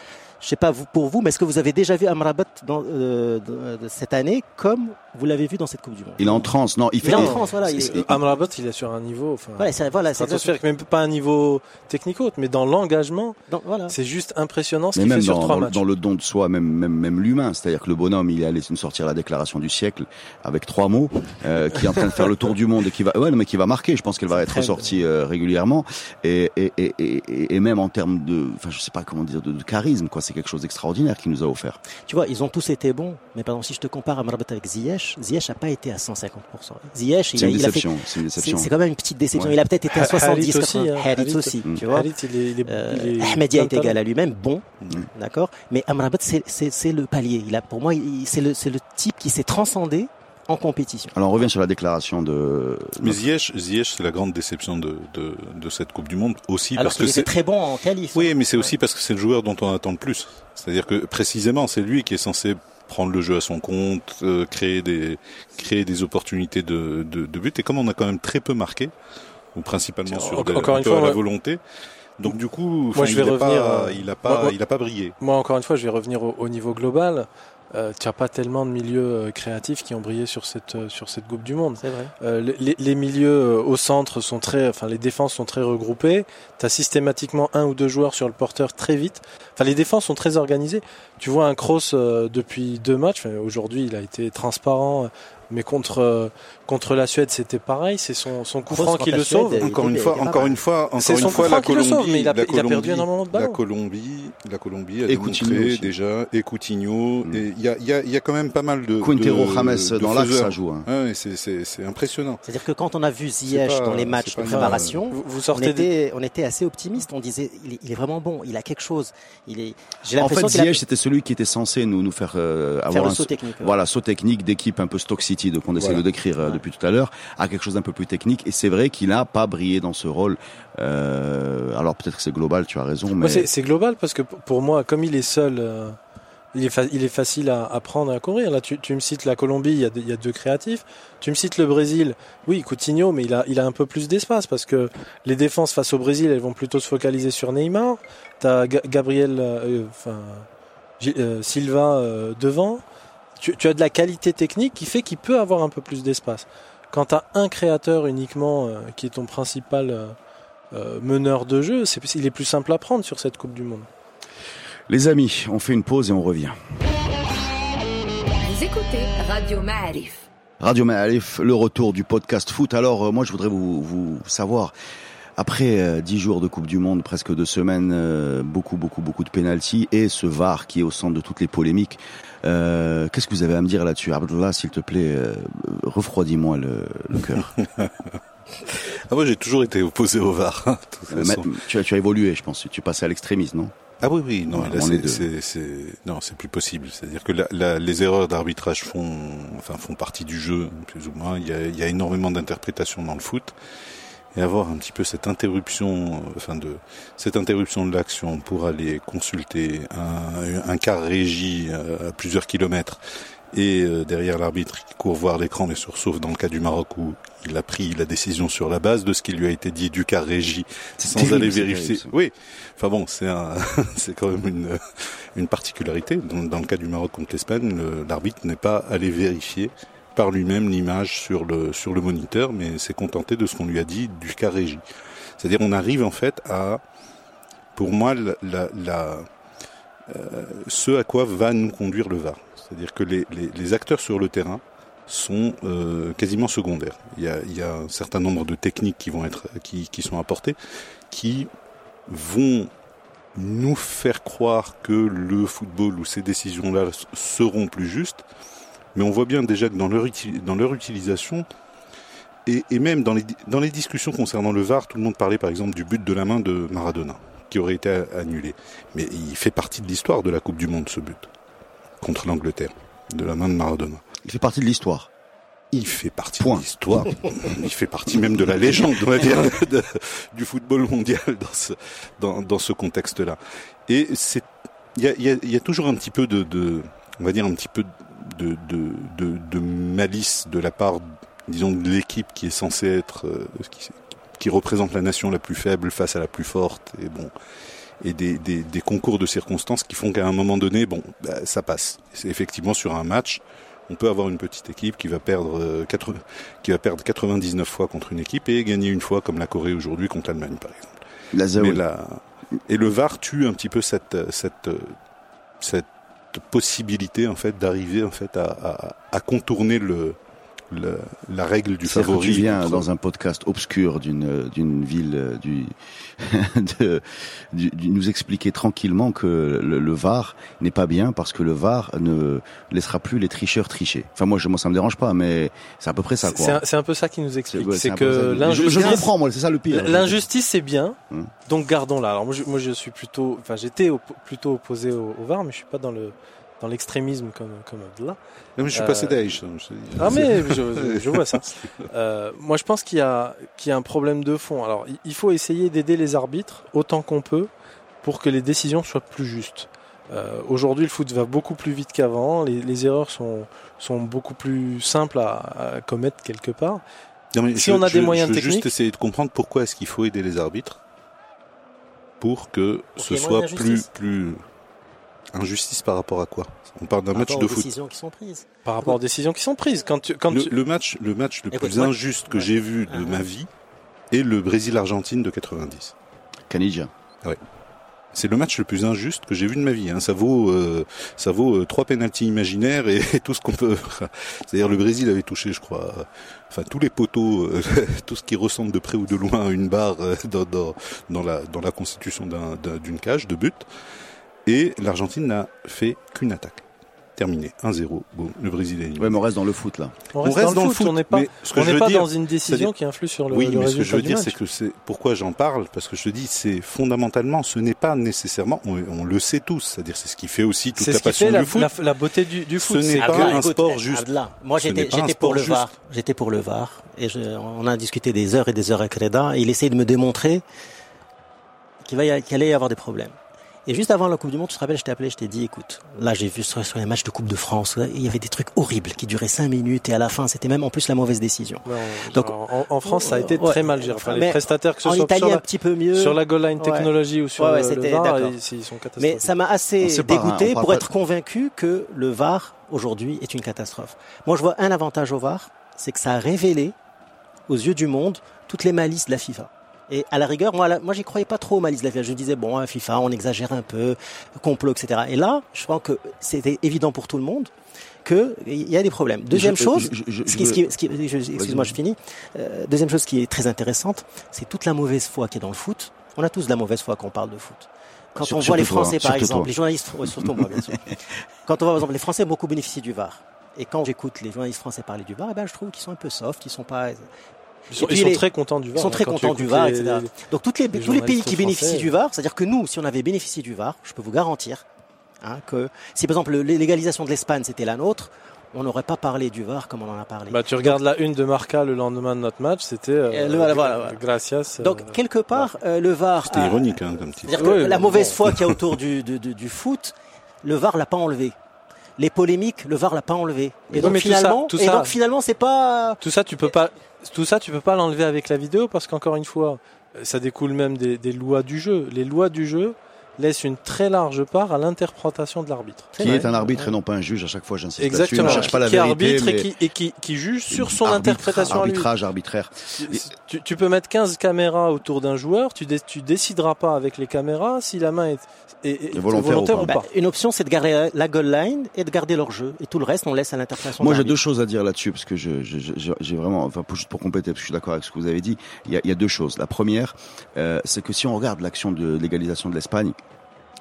G: Je sais pas vous, pour vous, mais est-ce que vous avez déjà vu Amrabat dans, euh, de- de cette année comme vous l'avez vu dans cette Coupe du Monde
E: Il est en transe. Non, il
G: Il
E: fait.
G: est en transe, voilà. il est-
E: c'est-
H: Amrabat, il est sur un niveau. Enfin,
G: Voilà, c'est voilà, c'est
H: stratosphérique, même pas un niveau technique haute, mais dans l'engagement,
G: donc, voilà.
H: c'est juste impressionnant ce
E: Mais
H: qu'il fait
E: même
H: sur
E: dans,
H: trois
E: dans,
H: matchs.
E: dans le don de soi, même même même l'humain, c'est-à-dire que le bonhomme, il est allé nous sortir la déclaration du siècle avec trois mots, euh, qui est en train de faire le tour du monde et qui va, ouais, non, mais qui va marquer. Je pense qu'elle va être
H: très
E: ressortie euh, régulièrement et et, et et et- et même en termes de, enfin, je sais pas comment dire, de, de charisme, quoi. C'est quelque chose d'extraordinaire qu'il nous a offert.
G: Tu vois, ils ont tous été bons, mais par exemple, si je te compare Amrabat avec Ziyech, Ziyech n'a pas été à 150%. Ziyech, il
E: C'est
G: a,
E: une
G: il a fait.
E: déception. C'est une
G: C'est
E: déception.
G: c'est quand même une petite déception.
E: Ouais.
G: Il a peut-être été à
H: Ha-
G: 70,
H: Harit aussi,
G: 80.
H: hein,
G: Harit
H: Harit.
G: aussi,
E: Mm.
G: tu vois.
H: Harit, il est, il est-
G: Euh,
H: il est-
G: Ahmadi a été
H: plein de
G: égal à lui-même, bon,
E: Mm.
G: d'accord. Mais Amrabat, c'est- c'est c'est le palier. Il a, pour moi, il- c'est le, c'est le type qui s'est transcendé en compétition.
E: Alors on revient sur la déclaration de.
F: Mais Ziyech, Ziyech, c'est la grande déception de, de, de cette Coupe du Monde aussi
G: Alors
F: parce que
G: qu'il était
F: c'est
G: très bon en qualif. hein.
F: oui, mais c'est aussi parce que c'est le joueur dont on attend le plus. C'est-à-dire que précisément, c'est lui qui est censé prendre le jeu à son compte, euh, créer des créer des opportunités de, de, de but. Et comme on a quand même très peu marqué, ou principalement
H: Tiens,
F: sur
H: en-
F: des,
H: encore
F: un
H: une
F: peu
H: fois,
F: à la
H: ouais.
F: volonté. Donc du coup,
H: Moi,
F: enfin,
H: je vais
F: il a
H: revenir,
F: pas-
H: euh,
F: il a pas
H: moi-
F: il a pas brillé.
H: Moi, encore une fois, je vais revenir au, au niveau global. Euh, tu n'as pas tellement de milieux euh, créatifs qui ont brillé sur cette, euh, sur cette Coupe du Monde.
G: C'est vrai.
H: Euh, les- les, les milieux euh, au centre sont très, enfin les défenses sont très regroupées. T'as systématiquement un ou deux joueurs sur le porteur très vite. Enfin les défenses sont très organisées. Tu vois un cross euh, depuis deux matchs. Enfin, Aujourd'hui il a été transparent, euh, mais contre euh, contre la Suède c'était pareil. C'est son son coup
G: Kroos
H: franc
G: contre
H: qui
G: la
H: le
G: Suède,
H: sauve.
G: il
F: Encore
G: était-
F: une
G: il
F: fois,
G: était pas
F: encore
G: mal.
F: une fois,
H: C'est
F: encore
H: son
F: une
H: coup
F: fois, la
H: franc qui le
F: Colombie,
H: sauve, mais il a-
F: la
H: il a perdu
F: Colombie-
H: énormément de ballons.
F: La Colombie, la Colombie a
E: Et
F: démontré
E: Coutinho aussi.
F: déjà, et Coutinho,
E: Mm.
F: et il y a, il y, a, il y a quand même pas mal de
E: Quintero
F: de- de
E: James dans l'axe,
F: faiseurs.
E: ça joue. hein.
F: Ouais, c'est- c'est c'est impressionnant.
G: C'est-à-dire que quand on a vu Ziyech
F: C'est pas-
G: dans les
F: c'est
G: matchs
F: pas
G: de
F: une- euh,
G: préparation,
H: Vous, vous
G: on
H: sortez des-
G: était, on était assez optimiste. On disait, il est, il est vraiment bon, il a quelque chose. Il est. J'ai
E: En fait,
G: l'impression qu'il a
E: Ziyech, c'était celui qui était censé nous, nous faire euh,
G: faire
E: avoir
G: le
E: un,
G: saut technique. ouais.
E: voilà, saut technique d'équipe un peu Stock City, donc on essaie
F: Voilà.
E: de décrire euh,
G: Ouais.
E: depuis tout à l'heure, à quelque chose d'un peu plus technique. Et c'est vrai qu'il n'a pas brillé dans ce rôle. Euh, alors peut-être que c'est global, tu as raison, mais
H: Ouais, c'est- C'est global parce que p- pour moi, comme il est seul, euh, il, est fa- il est facile à, à prendre et à courir. Là, tu, tu me cites la Colombie, il y, a deux- il y a deux créatifs. Tu me cites le Brésil, oui, Coutinho, mais il a, il a un peu plus d'espace parce que les défenses face au Brésil, elles vont plutôt se focaliser sur Neymar. T'as Ga- Gabriel, euh, euh, enfin G- euh, Silva euh, devant. Tu, tu as de la qualité technique qui fait qu'il peut avoir un peu plus d'espace. Quand t'as un créateur uniquement euh, qui est ton principal euh, euh, meneur de jeu, c'est, il est plus simple à prendre sur cette Coupe du Monde.
E: les amis, on fait une pause et on revient.
C: Vous écoutez Radio Maarif.
E: Radio Malif, le retour du podcast foot. Alors euh, moi, je voudrais vous, vous savoir. Après euh, dix jours de Coupe du Monde, presque deux semaines, euh, beaucoup, beaucoup, beaucoup de pénalties et ce VAR qui est au centre de toutes les polémiques. euh, Qu'est-ce que vous avez à me dire là-dessus, Abdullah, s'il te plaît, euh, refroidis-moi le, le cœur.
F: Ah moi j'ai toujours été opposé au VAR. hein, de toute
E: Euh,
F: façon.
E: ma- tu, as, tu as évolué, je pense. Tu passes à l'extrémisme, non
F: Ah oui, oui, non,
E: Ouais,
F: là,
E: on est
F: c'est,
E: deux.
F: c'est, c'est- non, c'est plus possible. C'est-à-dire que la- la- les erreurs d'arbitrage font, enfin, font partie du jeu, plus ou moins. Il y a, il y a énormément d'interprétations dans le foot. Et avoir un petit peu cette interruption, euh, enfin, de, cette interruption de l'action pour aller consulter un, un quart régie euh, à plusieurs kilomètres et euh, derrière l'arbitre qui court voir l'écran, mais sur, sauf dans le cas du Maroc où il a pris la décision sur la base de ce qui lui a été dit du quart régie
E: C'est
F: sans
E: terrible,
F: aller
E: c'est
F: vérifier.
E: terrible, ça.
F: Oui, enfin bon, c'est un, c'est quand même une, une particularité. Dans, dans le cas du Maroc contre l'Espagne, le- l'arbitre n'est pas allé vérifier par lui-même l'image sur le sur le moniteur, mais s'est contenté de ce qu'on lui a dit du cas régie. C'est-à-dire, on arrive en fait à, pour moi, la, la, la- euh, ce à quoi va nous conduire le VAR. C'est-à-dire que les, les, les acteurs sur le terrain sont euh, quasiment secondaires. Il y, a, il y a un certain nombre de techniques qui vont être qui, qui sont apportées qui vont nous faire croire que le football ou ces décisions-là s- seront plus justes, mais on voit bien déjà que dans leur, uti- dans leur utilisation, et, et même dans les, di- dans les discussions concernant le VAR, tout le monde parlait par exemple du but de la main de Maradona, qui aurait été a- annulé. Mais il fait partie de l'histoire de la Coupe du Monde, ce but, contre l'Angleterre, de la main de Maradona.
E: Il fait partie de l'histoire.
F: Il fait partie
E: Point.
F: de l'histoire. Il fait partie même de la légende, on va dire, de- du football mondial dans ce, dans, dans ce contexte-là. Et c'est, il y a, il y a- il y a toujours un petit peu de, de- on va dire un petit peu de, de, de, de malice de la part, disons, de l'équipe qui est censée être, euh, qui, qui représente la nation la plus faible face à la plus forte. Et bon. Et des, des, des concours de circonstances qui font qu'à un moment donné, bon, bah, ça passe. C'est effectivement sur un match, on peut avoir une petite équipe qui va perdre euh, 80 qui va perdre 99 fois contre une équipe et gagner une fois comme la Corée aujourd'hui contre l'Allemagne par exemple.
E: La
F: Mais
E: Zaoui.
F: la- et le VAR tue un petit peu cette euh, cette cette possibilité en fait d'arriver en fait à, à- à contourner le, le- la règle du
E: C'est-à-dire que
F: favori.
E: tu viens
F: contre-
E: dans un podcast obscur d'une d'une ville euh, du, de, du- du- nous expliquer tranquillement que le, le Var n'est pas bien parce que le Var ne laissera plus les tricheurs tricher. Enfin moi je moi ça me dérange pas mais c'est à peu près ça
H: C'est c'est
E: quoi.
H: un, c'est un peu ça qui nous
E: C'est-
H: explique.
E: ouais,
H: c'est
E: c'est un peu ça.
H: que
E: Mais je, je
H: l'injustice,
E: comprends moi c'est ça le pire.
H: l'injustice, c'est bien,
E: Hum.
H: donc gardons-la. Alors moi je, moi, je suis plutôt, enfin j'étais op- plutôt opposé au, au VAR, mais je suis pas dans le dans l'extrémisme comme comme là.
F: Non, mais je suis
H: Euh,
F: passé d'âge. hein, je-
H: Ah mais je, je vois ça. Euh, moi je pense qu'il y a qu'il y a un problème de fond. Alors il- il faut essayer d'aider les arbitres autant qu'on peut pour que les décisions soient plus justes. Euh, Aujourd'hui, le foot va beaucoup plus vite qu'avant. Les, les erreurs sont, sont beaucoup plus simples à, à commettre quelque part.
F: Non, mais
H: Si on a des moyens
F: je veux
H: techniques-
F: juste essayer de comprendre pourquoi est-ce qu'il faut aider les arbitres pour que
G: Pour
F: ce
G: qu'il y ait
F: soit
G: moins
F: plus
G: d'injustice.
F: plus injustice par rapport à quoi On parle d'un
G: Par
F: match
G: rapport
F: de
G: aux
F: foot.
G: décisions qui sont prises.
H: Par rapport aux décisions qui sont prises. Quand tu, quand
F: le,
H: tu-
F: le match le match le
G: Écoute,
F: plus
G: moi-
F: injuste que
G: ouais.
F: j'ai vu de
G: Ah,
F: ma
G: ouais.
F: vie est le Brésil Argentine de 90.
E: Canidja.
F: C'est le match le plus injuste que j'ai vu de ma vie. hein. Ça vaut euh, ça vaut euh, trois pénalties imaginaires et, tout ce qu'on peut. C'est-à-dire le Brésil avait touché, je crois, euh, enfin tous les poteaux, euh, tout ce qui ressemble de près ou de loin à une barre euh, dans, dans, dans la dans la constitution d'un- d'un- d'une cage de but. Et l'Argentine n'a fait qu'une attaque. Terminé 1-0. Bon, le Brésil est éliminé.
E: Ouais, mais on reste dans le foot là.
H: on reste, dans, le foot, on n'est pas,
F: mais ce que
H: on
F: je
H: n'est
F: veux
H: pas
F: dire-
H: dans une décision qui influe sur le,
F: oui,
H: le
F: mais ce
H: résultat
F: que je veux
H: du
F: dire,
H: match.
F: c'est que c'est pourquoi j'en parle, parce que je te dis, c'est fondamentalement, ce n'est pas nécessairement, on, on le sait tous, c'est-à-dire c'est ce qui fait aussi toute
H: C'est
F: la
H: ce qui
F: passion
H: fait la,
F: du foot.
H: la- la beauté du, du
F: Ce
H: foot.
F: n'est
H: c'est
F: pas
H: que-
F: un
G: écoute,
F: sport
G: eh,
F: juste.
G: Abdallah, moi,
F: Ce n'est
G: j'étais
F: pas un
G: j'étais
F: sport
G: pour le
F: juste.
G: VAR. J'étais pour le VAR. Et je- on a discuté des heures et des heures avec Reda. Et il essayait de me démontrer qu'il va y- qu'il allait y avoir des problèmes. Et juste avant la Coupe du Monde, je te rappelle, je t'ai appelé, je t'ai dit, écoute, là, j'ai vu sur, sur les matchs de Coupe de France, il y avait des trucs horribles qui duraient cinq minutes et à la fin, c'était même en plus la mauvaise décision.
H: Ouais, on-
G: Donc-
H: genre, en, en France, ça a été
G: Ouais.
H: très mal géré. Enfin, les
G: Mais
H: prestataires, que ce
G: en
H: soit
G: Italie,
H: sur,
G: un
H: la,
G: petit peu mieux.
H: sur la goal line
G: Ouais.
H: technology ou sur
G: Ouais, ouais,
H: le- le
G: c'était-
H: VAR,
G: d'accord.
H: ils, ils sont catastrophiques.
G: Mais ça m'a
E: On
G: assez
E: sait pas, hein,
G: dégoûté
E: on parle
G: pour
E: pas
G: être convaincu que le VAR aujourd'hui est une catastrophe. Moi, je vois un avantage au VAR, c'est que ça a révélé aux yeux du monde toutes les malices de la FIFA. Et à la rigueur, moi, là, moi, j'y croyais pas trop aux malices de la FIFA. Je disais bon, hein, FIFA, on exagère un peu, complot, etc. Et là, je pense que c'était évident pour tout le monde que il y a des problèmes. Deuxième
E: Je-
G: chose,
E: je- je- je-
G: ce qui- ce qui- ce qui- je- excuse-moi,
E: Vas-y.
G: je finis. Euh, deuxième chose qui est très intéressante, c'est toute la mauvaise foi qui est dans le foot. On a tous de la mauvaise foi quand on parle de foot. Quand
E: Sur-
G: on voit les
E: surtout toi,
G: Français,
E: hein,
G: par
E: surtout
G: exemple,
E: toi.
G: les journalistes, ouais, surtout moi, bien sûr. Quand on voit, par exemple, les Français ont beaucoup bénéficié du VAR. Et quand j'écoute les journalistes français parler du VAR, eh ben, je trouve qu'ils sont un peu soft, qu'ils sont pas,
H: Ils sont,
G: Et puis
H: ils sont
G: les-
H: très contents du VAR.
G: ils sont
H: hein,
G: très
H: quand tu
G: contents du
H: écoutes
G: VAR,
H: les-
G: etc. Donc toutes les,
H: les
G: tous les pays
H: journalistes
G: qui bénéficient
H: français.
G: du VAR, c'est-à-dire que nous, si on avait bénéficié du VAR, je peux vous garantir hein, que si par exemple le- l'égalisation de l'Espagne c'était la nôtre, on n'aurait pas parlé du VAR comme on en a parlé.
H: Bah, tu regardes la une de Marca le lendemain de notre match, c'était euh,
G: Euh, le- voilà, voilà, voilà.
H: Gracias. euh,
G: Donc quelque part, euh, le VAR,
F: C'était
G: a-
F: ironique, hein, comme titre.
G: c'est-à-dire que
H: Oui,
G: la
H: bon.
G: mauvaise foi qu'il y a autour du, du, du- du foot, le VAR l'a pas enlevé. Les polémiques, le VAR l'a pas enlevé.
H: Oui,
G: Et donc
H: mais tout ça-
G: finalement,
H: tout
G: et
H: ça-
G: donc finalement, c'est pas.
H: tout ça, tu peux pas, tout ça, tu peux pas l'enlever avec la vidéo parce qu'encore une fois, euh, ça découle même des, des lois du jeu. Les lois du jeu laissent une très large part à l'interprétation de l'arbitre.
E: Qui est un arbitre et non pas un juge à chaque fois, j'insiste là-dessus.
H: Exactement.
E: On cherche pas la
H: qui
E: vérité.
H: arbitre et
E: mais-
H: qui, et qui, qui juge sur son
E: Arbitre-
H: interprétation à lui.
E: Arbitrage arbitraire. Et-
H: Tu, tu peux mettre 15 caméras autour d'un joueur, tu, dé- tu décideras pas avec les caméras si la main est, est- est-
E: Et volontaire ou pas.
H: ou
G: Bah,
H: pas.
G: une option, c'est de garder la- la goal line et de garder leur jeu. Et tout le reste, on laisse à l'interprétation.
E: Moi,
G: de
E: j'ai
G: l'arbitre.
E: deux choses à dire là-dessus parce que je- je- je- j'ai vraiment, enfin, pour, juste pour compléter, parce que je suis d'accord avec ce que vous avez dit. Il y a, il y a deux choses. La première, euh, c'est que si on regarde l'action de légalisation de l'Espagne.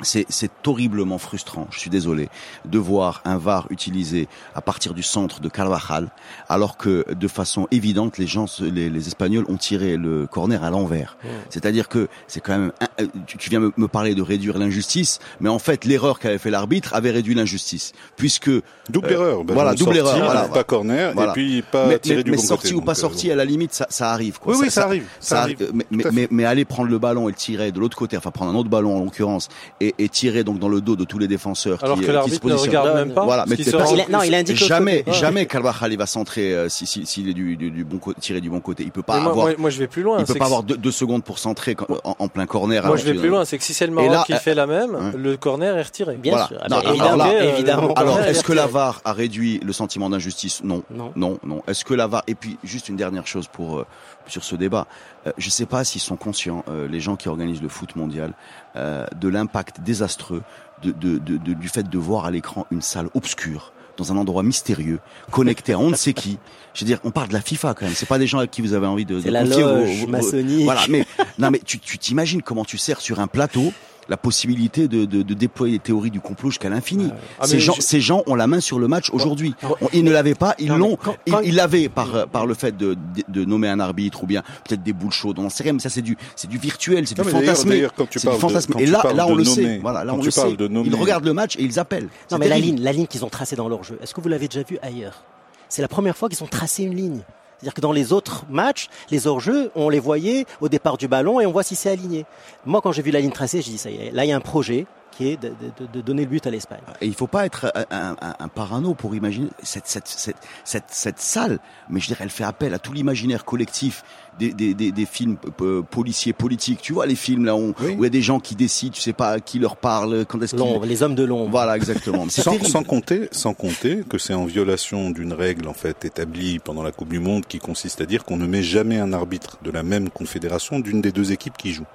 E: C'est c'est horriblement frustrant, je suis désolé, de voir un VAR utilisé à partir du centre de Carvajal, alors que de façon évidente, les gens, se- les, les Espagnols ont tiré le corner à l'envers. C'est-à-dire que c'est quand même, un- euh, tu, tu viens me, me parler de réduire l'injustice, mais en fait, l'erreur qu'avait fait l'arbitre avait réduit l'injustice, puisque
F: Double
E: Euh,
F: erreur.
E: voilà,
F: ballon
E: double
F: sorti,
E: erreur, voilà,
F: pas
E: voilà.
F: corner,
E: Voilà.
F: et puis pas
E: mais,
F: tiré
E: mais-
F: du
E: mais
F: bon
E: sorti
F: côté,
E: ou
F: donc,
E: pas
F: euh,
E: sorti, à la limite, ça, ça arrive. Quoi.
F: Oui, oui, ça, arrive. Ça,
E: ça-
F: arrive.
E: euh, mais, mais,
F: à fait.
E: mais- mais aller prendre le ballon et le tirer de l'autre côté, enfin prendre un autre ballon en l'occurrence, et, et tirer donc dans le dos de tous les défenseurs
H: Alors
E: qui,
H: que
E: euh, qui se
H: l'arbitre ne
E: positionnent.
H: regarde
G: Là,
H: même pas.
E: voilà,
H: parce
E: mais
H: qu'il
E: t'es
H: se
E: pas-
H: rend-
G: Il a- non, il indique l'autre
E: jamais,
G: côté. Ouais.
E: jamais Carvajal il va centrer euh, si, si, s'il est du, du, du bon côté, tiré du bon côté. Il peut pas
H: Mais moi,
E: avoir,
H: moi- moi, je vais plus loin.
E: il peut
H: c'est
E: pas
H: que-
E: avoir deux, deux secondes pour centrer quand- en, en plein corner.
H: Moi,
E: alors
H: je vais
E: que-
H: plus loin. C'est que si c'est le
E: Et là,
H: Maroc qui
E: euh,
H: fait la même,
E: hein.
H: le corner est retiré.
G: Bien
E: Voilà.
G: sûr.
E: Non,
G: Ah bah,
E: alors
G: évidemment,
H: là, euh,
G: évidemment.
H: le-
E: Alors,
H: Ouais,
E: est-ce que la
H: ouais.
E: VAR a réduit le sentiment d'injustice Non.
G: Non.
E: Non, non. Est-ce que la VAR et puis juste une dernière chose pour euh, sur ce débat, Euh, je ne sais pas s'ils sont conscients euh, les gens qui organisent le foot mondial euh, de l'impact désastreux de, de- de- de- du fait de voir à l'écran une salle obscure dans un endroit mystérieux, connecté à on ne sait qui. Je veux dire, on parle de la FIFA quand même. C'est pas des gens à qui vous avez envie de, de
G: C'est la
E: confier vos-
G: loge
E: vos-
G: maçonnique.
E: voilà, Ah, mais non, mais tu tu t'imagines comment tu sers sur un plateau la possibilité de, de, de déployer les théories du complot jusqu'à l'infini.
H: Ah,
E: ces,
H: mais
E: gens,
H: je-
E: ces gens ont la main sur le match aujourd'hui. On- Ils ne l'avaient pas, ils
G: Non, mais
E: l'ont.
G: quand-
E: Ils
G: quand-
E: ils l'avaient par euh, par le fait de, de, de nommer un arbitre ou bien peut-être des boules chaudes. On en sait rien, mais ça c'est du c'est du virtuel, c'est du
F: Non, mais d'ailleurs-
E: fantasmé.
F: d'ailleurs, quand tu
E: C'est du
F: parles de-
E: fantasme.
F: quand
E: Et
F: tu
E: là,
F: parles
E: là
F: de
E: on le sait.
F: nommer-
E: Voilà, là
F: quand
E: on
F: tu
E: le
F: parles
E: sait.
F: de nommer-
E: Ils regardent le match et ils appellent.
G: Non,
E: C'est
G: mais la
E: terrible.
G: ligne, la ligne qu'ils ont tracée dans leur jeu, est-ce que vous l'avez déjà vu ailleurs C'est la première fois qu'ils ont tracé une ligne. C'est-à-dire que dans les autres matchs, les hors-jeux, on les voyait au départ du ballon et on voit si c'est aligné. Moi, quand j'ai vu la ligne tracée, j'ai dit, ça y est, là, il y a un projet qui est de, de- de donner le but à l'Espagne.
E: Et il faut pas être un, un- un- un parano pour imaginer cette, cette, cette, cette, cette salle, mais je dirais, elle fait appel à tout l'imaginaire collectif des, des, des, des films euh, policiers, politiques. Tu vois les films là où où il
F: Oui.
E: y a des gens qui décident, tu sais pas qui leur parle, quand est-ce qu'ils...
G: L'ombre, les hommes de l'ombre.
E: Voilà, exactement. C'est
F: Sans,
E: terrible.
F: sans compter, sans compter que c'est en violation d'une règle en fait établie pendant la Coupe du Monde qui consiste à dire qu'on ne met jamais un arbitre de la même confédération d'une des deux équipes qui joue.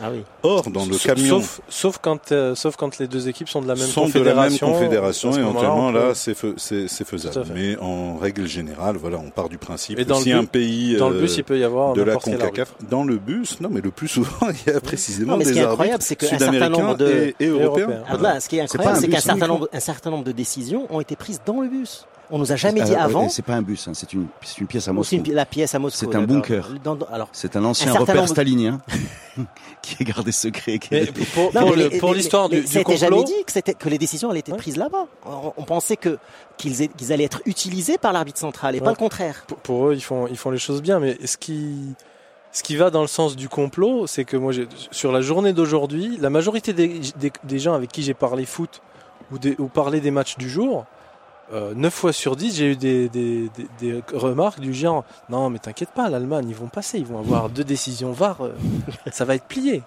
G: Ah oui.
F: Or, dans le
H: Sauf-
F: camion,
H: Sauf, sauf quand, euh, sauf quand les deux équipes sont de la même
F: sont de la même
H: confédération.
F: confédération,
H: À ce moment-là,
F: éventuellement
H: on peut-
F: là, c'est feu- c'est c'est
H: Tout à
F: faisable.
H: fait.
F: Mais en règle générale, voilà, on part du principe
H: Et
F: que
H: dans le
F: si
H: but-
F: un pays
H: dans le
F: euh,
H: bus, il peut y avoir
F: de la
H: n'importe quel
F: Concacaf dans le bus, non, mais le plus souvent, il y a précisément
G: Non, mais ce
F: des
G: qui est incroyable,
F: arbitres
G: c'est qu'un certain
F: sud-américains
G: nombre de-
F: et, et
H: européens.
F: européens.
G: Ah, voilà, ce qui est
E: C'est
G: incroyable,
E: pas un
G: c'est
E: bus
G: qu'un certain
E: uniquement.
G: nombre, un certain nombre de décisions ont été prises dans le bus. On nous a jamais
E: Ah,
G: dit
E: ouais,
G: avant.
E: et C'est pas un bus, hein, c'est une, c'est une pièce à
G: ou
E: Moscou.
G: c'est une pi- la pièce à Moscou.
E: C'est un
G: d'accord.
E: bunker.
G: Dans- dans- alors,
E: C'est un ancien
G: Un certain
E: repère
G: nombre-
E: stalinien qui est gardé secret. qui est-
H: Mais pour,
G: Non,
H: pour
G: mais-
H: le-
G: mais-
H: pour
G: mais-
H: l'histoire
G: mais
H: du, du
G: c'était jamais
H: complot,
G: dit que, c'était- que les décisions allaient être
H: Ouais.
G: prises là-bas. On, on pensait que qu'ils aient- qu'ils allaient être utilisés par l'arbitre central et
H: Ouais.
G: pas le contraire.
H: pour, pour eux, ils font, ils font les choses bien. Mais ce qui, ce qui va dans le sens du complot, c'est que moi, j'ai- sur la journée d'aujourd'hui, la majorité des, des, des gens avec qui j'ai parlé foot ou, des, ou parlé des matchs du jour, euh, 9 fois sur 10, j'ai eu des, des, des, des remarques du genre Non, mais t'inquiète pas, l'Allemagne, ils vont passer, ils vont avoir deux décisions VAR, euh, ça va être plié.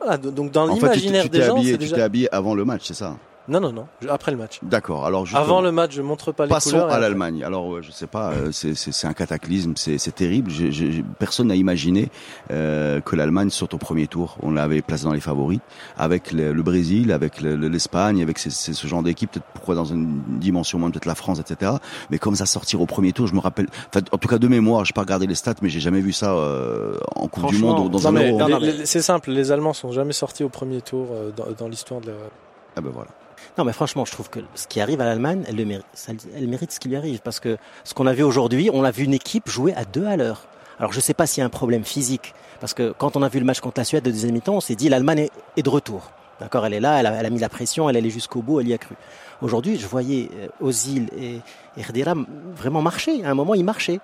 H: Voilà, do- donc dans
E: En fait, tu t'es-
H: l'imaginaire
E: tu
H: des
E: t'es
H: gens, c'est
E: habillé, tu
H: déjà.
E: t'es habillé avant le match, c'est ça
H: Non, non, non, je- après le match.
E: D'accord. Alors justement,
H: Avant le match, je montre pas les
E: Passons
H: couleurs. et
E: à
H: après-
E: l'Allemagne. Alors, euh, je sais pas, euh, c'est- c'est c'est un cataclysme, c'est c'est terrible. Je- je- je- personne n'a imaginé euh, que l'Allemagne sorte au premier tour. On l'avait placé dans les favoris, avec le, le Brésil, avec le- le- l'Espagne, avec ces- ces- ce genre d'équipe. Peut-être pourquoi dans une dimension moins, peut-être la France, etc. Mais comme ça sortir au premier tour, je me rappelle. enfin, en tout cas de mémoire, j'ai pas regardé les stats, mais j'ai jamais vu ça euh, en Coupe du
G: Franchement,
E: Monde ou dans
H: Non,
E: un
H: mais
E: Euro.
H: les-
G: non, mais-
H: les- c'est simple, les Allemands sont jamais sortis au premier tour euh, dans, dans l'histoire de la...
E: Ah ben voilà.
G: Non, mais franchement, je trouve que ce qui arrive à l'Allemagne, elle, le mérite, ça- elle mérite ce qui lui arrive. Parce que ce qu'on a vu aujourd'hui, on a vu une équipe jouer à deux à l'heure. Alors, je sais pas s'il y a un problème physique. Parce que quand on a vu le match contre la Suède de deuxième mi-temps, on s'est dit l'Allemagne est, est de retour. D'accord, elle est là, elle a, elle a mis la pression, elle est allée jusqu'au bout, elle y a cru. Aujourd'hui, je voyais euh, Ozil et, et Herrera m- vraiment marcher. À un moment, ils marchaient.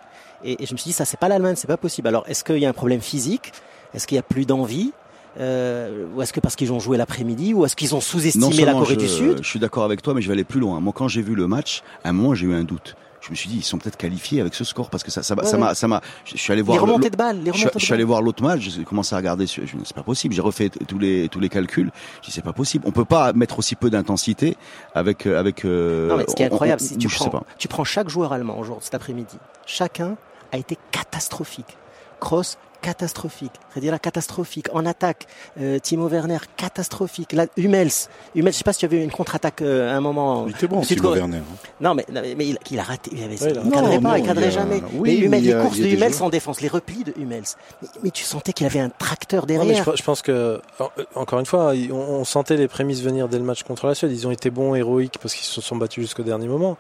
G: Et, et je me suis dit, ça, c'est pas l'Allemagne, c'est pas possible. Alors, est-ce qu'il y a un problème physique Est-ce qu'il y a plus d'envie Euh, Ou est-ce que parce qu'ils ont joué l'après-midi Ou est-ce qu'ils ont
E: Non
G: sous-estimé la
E: seulement
G: Corée
E: je,
G: du Sud
E: Je suis d'accord avec toi, mais je vais aller plus loin. Moi, quand j'ai vu le match, à un moment, j'ai eu un doute. Je me suis dit, ils sont peut-être qualifiés avec ce score parce que ça, ça, m'a-
G: Ouais,
E: ça
G: ouais.
E: m'a, ça m'a. Je je suis allé
G: Les
E: voir. le-
G: remontées de balles, les
E: je, suis-
G: remontées
E: je
G: de
E: suis allé
G: balles.
E: voir l'autre match, j'ai commencé à regarder, sur- je me dis, c'est pas possible, j'ai refait t- tous les, tous les calculs, je dis c'est pas possible, on peut pas mettre aussi peu d'intensité avec, euh, avec, euh,
G: Non, mais ce qui est
E: on- on-
G: incroyable, si
E: on-
G: tu
E: je sais
G: prends,
E: pas.
G: tu prends chaque joueur allemand aujourd'hui, cet après-midi, chacun a été catastrophique. Kroos, catastrophique. Redira, catastrophique. En attaque, euh, Timo Werner, catastrophique. Là, Hummels, Hummels, je sais pas si tu avais une contre-attaque euh, à un
H: Ah,
G: moment.
F: Il était bon, hein.
G: Sud-
F: Timo Werner.
G: Non, mais, non, mais- mais il, il a raté. Il, avait,
H: Ouais, il a
G: il
H: raté.
G: cadrait
F: Non,
G: pas,
F: non,
G: il cadrait
F: il y a-
G: jamais.
F: oui,
G: mais
F: mais
G: Hummels,
F: il y a-
G: les courses
F: il y a
G: de
F: des
G: Hummels
F: joueurs.
G: en défense, les replis de Hummels. Mais, mais tu sentais qu'il avait un tracteur
H: Non, mais je,
G: derrière.
H: je pense que, en- euh, encore une fois, ils- on, on sentait les prémices venir dès le match contre la Suède. Ils ont été bons, héroïques, parce qu'ils se sont battus jusqu'au dernier moment.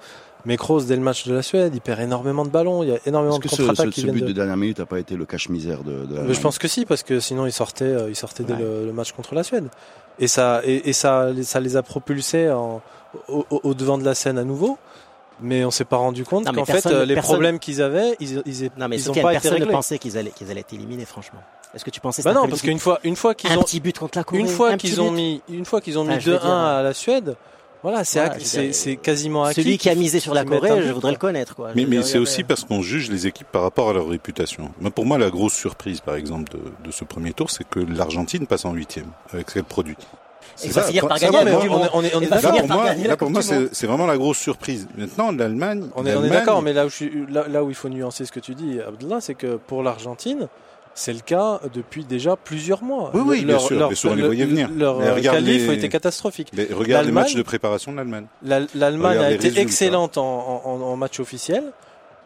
H: Mais Kroos, dès le match de la Suède, il perd énormément de ballons, il y a énormément
E: Est-ce
H: de
E: que ce,
H: contre-attaques
E: ce,
H: qui
E: ce
H: viennent
E: but de...
H: de...
E: dernière minute a pas été le cache-misère de,
G: Euh,
E: de la-
H: Mais je pense que si, parce que sinon ils sortaient, euh, ils sortaient dès
E: Ouais.
H: le, le match contre la Suède. Et ça, et, et ça, les- ça les a propulsés en- au, au- au devant de la scène à nouveau. Mais on s'est pas rendu compte
G: Non, mais
H: qu'en fait,
G: personne-
H: euh, les
G: personne-
H: problèmes qu'ils avaient, ils, ils,
G: Non, mais
H: ils
G: ils
H: ont pas été
G: personne ne
H: réglés.
G: pensait qu'ils allaient, qu'ils allaient être éliminés, franchement. Est-ce que tu pensais
H: Bah
G: cet
H: non, parce
G: après-midi
H: qu'une fois, une fois qu'ils
G: un
H: ont,
G: petit but contre la Corée
H: une fois
G: un petit
H: qu'ils ont
G: but.
H: mis, une fois qu'ils ont mis
G: Enfin, je veux
H: 2-1
G: dire,
H: à la Suède, voilà, c'est
G: Voilà,
H: acquis-
G: je veux
H: c'est
G: dire,
H: c'est quasiment acquis.
G: celui qui a
H: qu'il-
G: misé sur la
H: qu'ils mettent un
G: Corée,
H: but,
G: je voudrais le
H: quoi.
G: connaître quoi.
F: Mais,
G: Je veux
F: mais
G: dire,
F: c'est
G: il y
F: aussi
G: avait-
F: parce qu'on juge les équipes par rapport à leur réputation. Mais pour moi, la grosse surprise, par exemple, de, de ce premier tour, c'est que l'Argentine passe en huitième avec ce qu'elle produit.
G: Et
F: C'est
G: va
F: ça,
G: finir
F: quand-
G: par
F: ça,
G: gagner
F: moi,
G: la Coupe du
F: moi,
G: Monde.
H: on est, on est
G: Et va
F: Là,
H: d'accord.
G: finir
F: pour
G: par
F: moi,
G: gagner la
F: là, pour
G: Coupe
F: moi,
G: du
F: c'est
G: Monde.
F: c'est vraiment la grosse surprise. Maintenant, l'Allemagne.
H: On est, on est
F: l'Allemagne-
H: d'accord, mais là où, je suis- là, là où il faut nuancer ce que tu dis, Abdullah, c'est que pour l'Argentine, c'est le cas depuis déjà plusieurs mois.
F: Oui, oui,
H: Le-
F: bien
H: leur,
F: sûr,
H: leur-
F: bien sûr, on les
H: le-
F: voyait venir.
H: Leur
F: Mais regarde
H: qualif
F: les-
H: était catastrophique.
F: Mais regarde les
H: L'Allemagne-
F: matchs de préparation de l'Allemagne.
H: La- L'Allemagne
F: Regarde
H: a
F: les
H: été
F: résultats.
H: excellente en, en- en- en match officiel.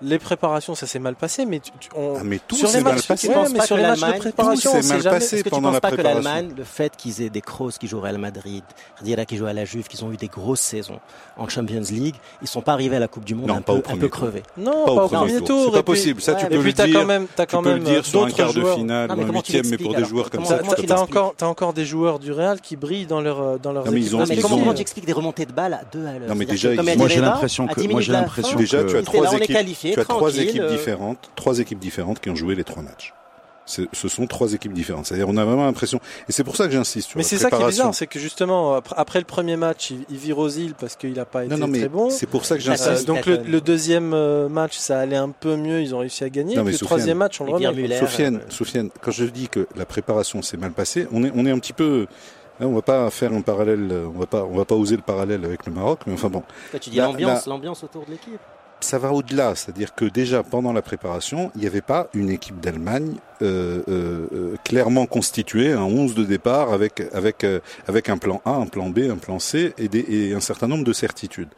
H: Les préparations, ça s'est mal passé, mais tu- tu- on-
F: Ah, mais tout
H: sur les
F: s'est mal
H: matchs,
F: passé.
H: ouais,
G: penses
H: mais
G: pas
H: sur
G: que
H: les matchs de
G: l'Allemagne-
H: préparation,
F: Tout
H: on
F: s'est
H: sait
F: mal
H: jamais-
F: passé.
G: Est-ce que tu
F: pendant
G: penses
F: la
G: pas que
F: préparation.
G: l'Allemagne, le fait qu'ils aient des Kroos qui jouent au Real Madrid, Riera qui joue à la Juve, qu'ils ont eu des grosses saisons en Champions League, ils sont pas arrivés à la Coupe du Monde
F: Non,
G: un
F: pas au
G: peu, un
F: premier
G: peu
F: tour.
G: crevés.
H: Non,
F: Pas au premier
H: premier
F: tour.
H: tour.
F: C'est
H: et
F: pas
H: puis-
F: possible. Ça, tu
H: et
F: peux
H: puis
F: le
H: t'as
F: dire.
H: quand même, t'as
F: Tu
H: quand
F: peux
H: même euh,
F: le dire sur un
H: d'autres
F: quart de
H: joueurs.
F: finale
G: Non,
F: ou
G: mais
F: un
G: comment tu
F: huitième, mais pour
G: l'expliques,
F: des
G: alors
F: joueurs comme
G: Comment-
H: T'as
F: ça.
G: comment
F: c'est
G: tu
H: t'as
F: pas-
G: l'expliques
H: encore, t'as encore des joueurs du Real qui brillent dans leur, euh, dans leurs
F: Non, mais ils
H: équipes
F: ont-
G: Non, mais
F: ils
G: comment,
F: ont-
G: comment tu expliques des remontées de balles à deux à l'heure
F: Non, mais
G: C'est-à-dire
F: déjà,
G: que comme
F: ils-
G: il y a
E: Moi,
G: des
E: j'ai
G: débats,
E: l'impression
G: à
E: que- moi,
G: 10
E: j'ai
G: minutes de la
E: l'impression
G: fin,
E: que-
F: Déjà, tu as
G: là,
F: trois
G: on est
F: équipes,
G: qualifié,
F: tu as trois
G: tranquille,
F: équipes
G: euh.
F: différentes, trois équipes différentes qui ont joué les trois matchs. c'est- ce sont trois équipes différentes. C'est-à-dire, on a vraiment l'impression. Et c'est pour ça que j'insiste sur
H: Mais
F: la
H: c'est ça qui est
F: préparation.
H: bizarre, c'est que justement, après, après le premier match, il, il vire aux îles parce qu'il n'a pas été
F: Non, non, mais
H: très bon.
F: c'est pour ça que
H: Euh,
G: Attends,
F: j'insiste.
H: donc
G: Zlatan.
H: le, le deuxième euh, match, ça allait un peu mieux, ils ont réussi à gagner.
F: Non, mais
H: Et puis le
F: Soufiane.
H: troisième match, on le
G: Et bien
H: remet.
G: Müller,
F: Soufiane,
G: euh,
F: Soufiane, quand je dis que la préparation s'est mal passée, on est, on est un petit peu. Là, on va pas faire un parallèle, euh, on va pas, on va pas oser le parallèle avec le Maroc, mais enfin bon,
G: Quand tu dis
F: La-
G: l'ambiance, l'ambiance autour de l'équipe.
F: ça va au-delà. C'est-à-dire que déjà pendant la préparation, il n'y avait pas une équipe d'Allemagne euh, euh, euh, clairement constituée, un 11 de départ avec avec euh, avec un plan A, un plan B, un plan C et, des, et un certain nombre de certitudes.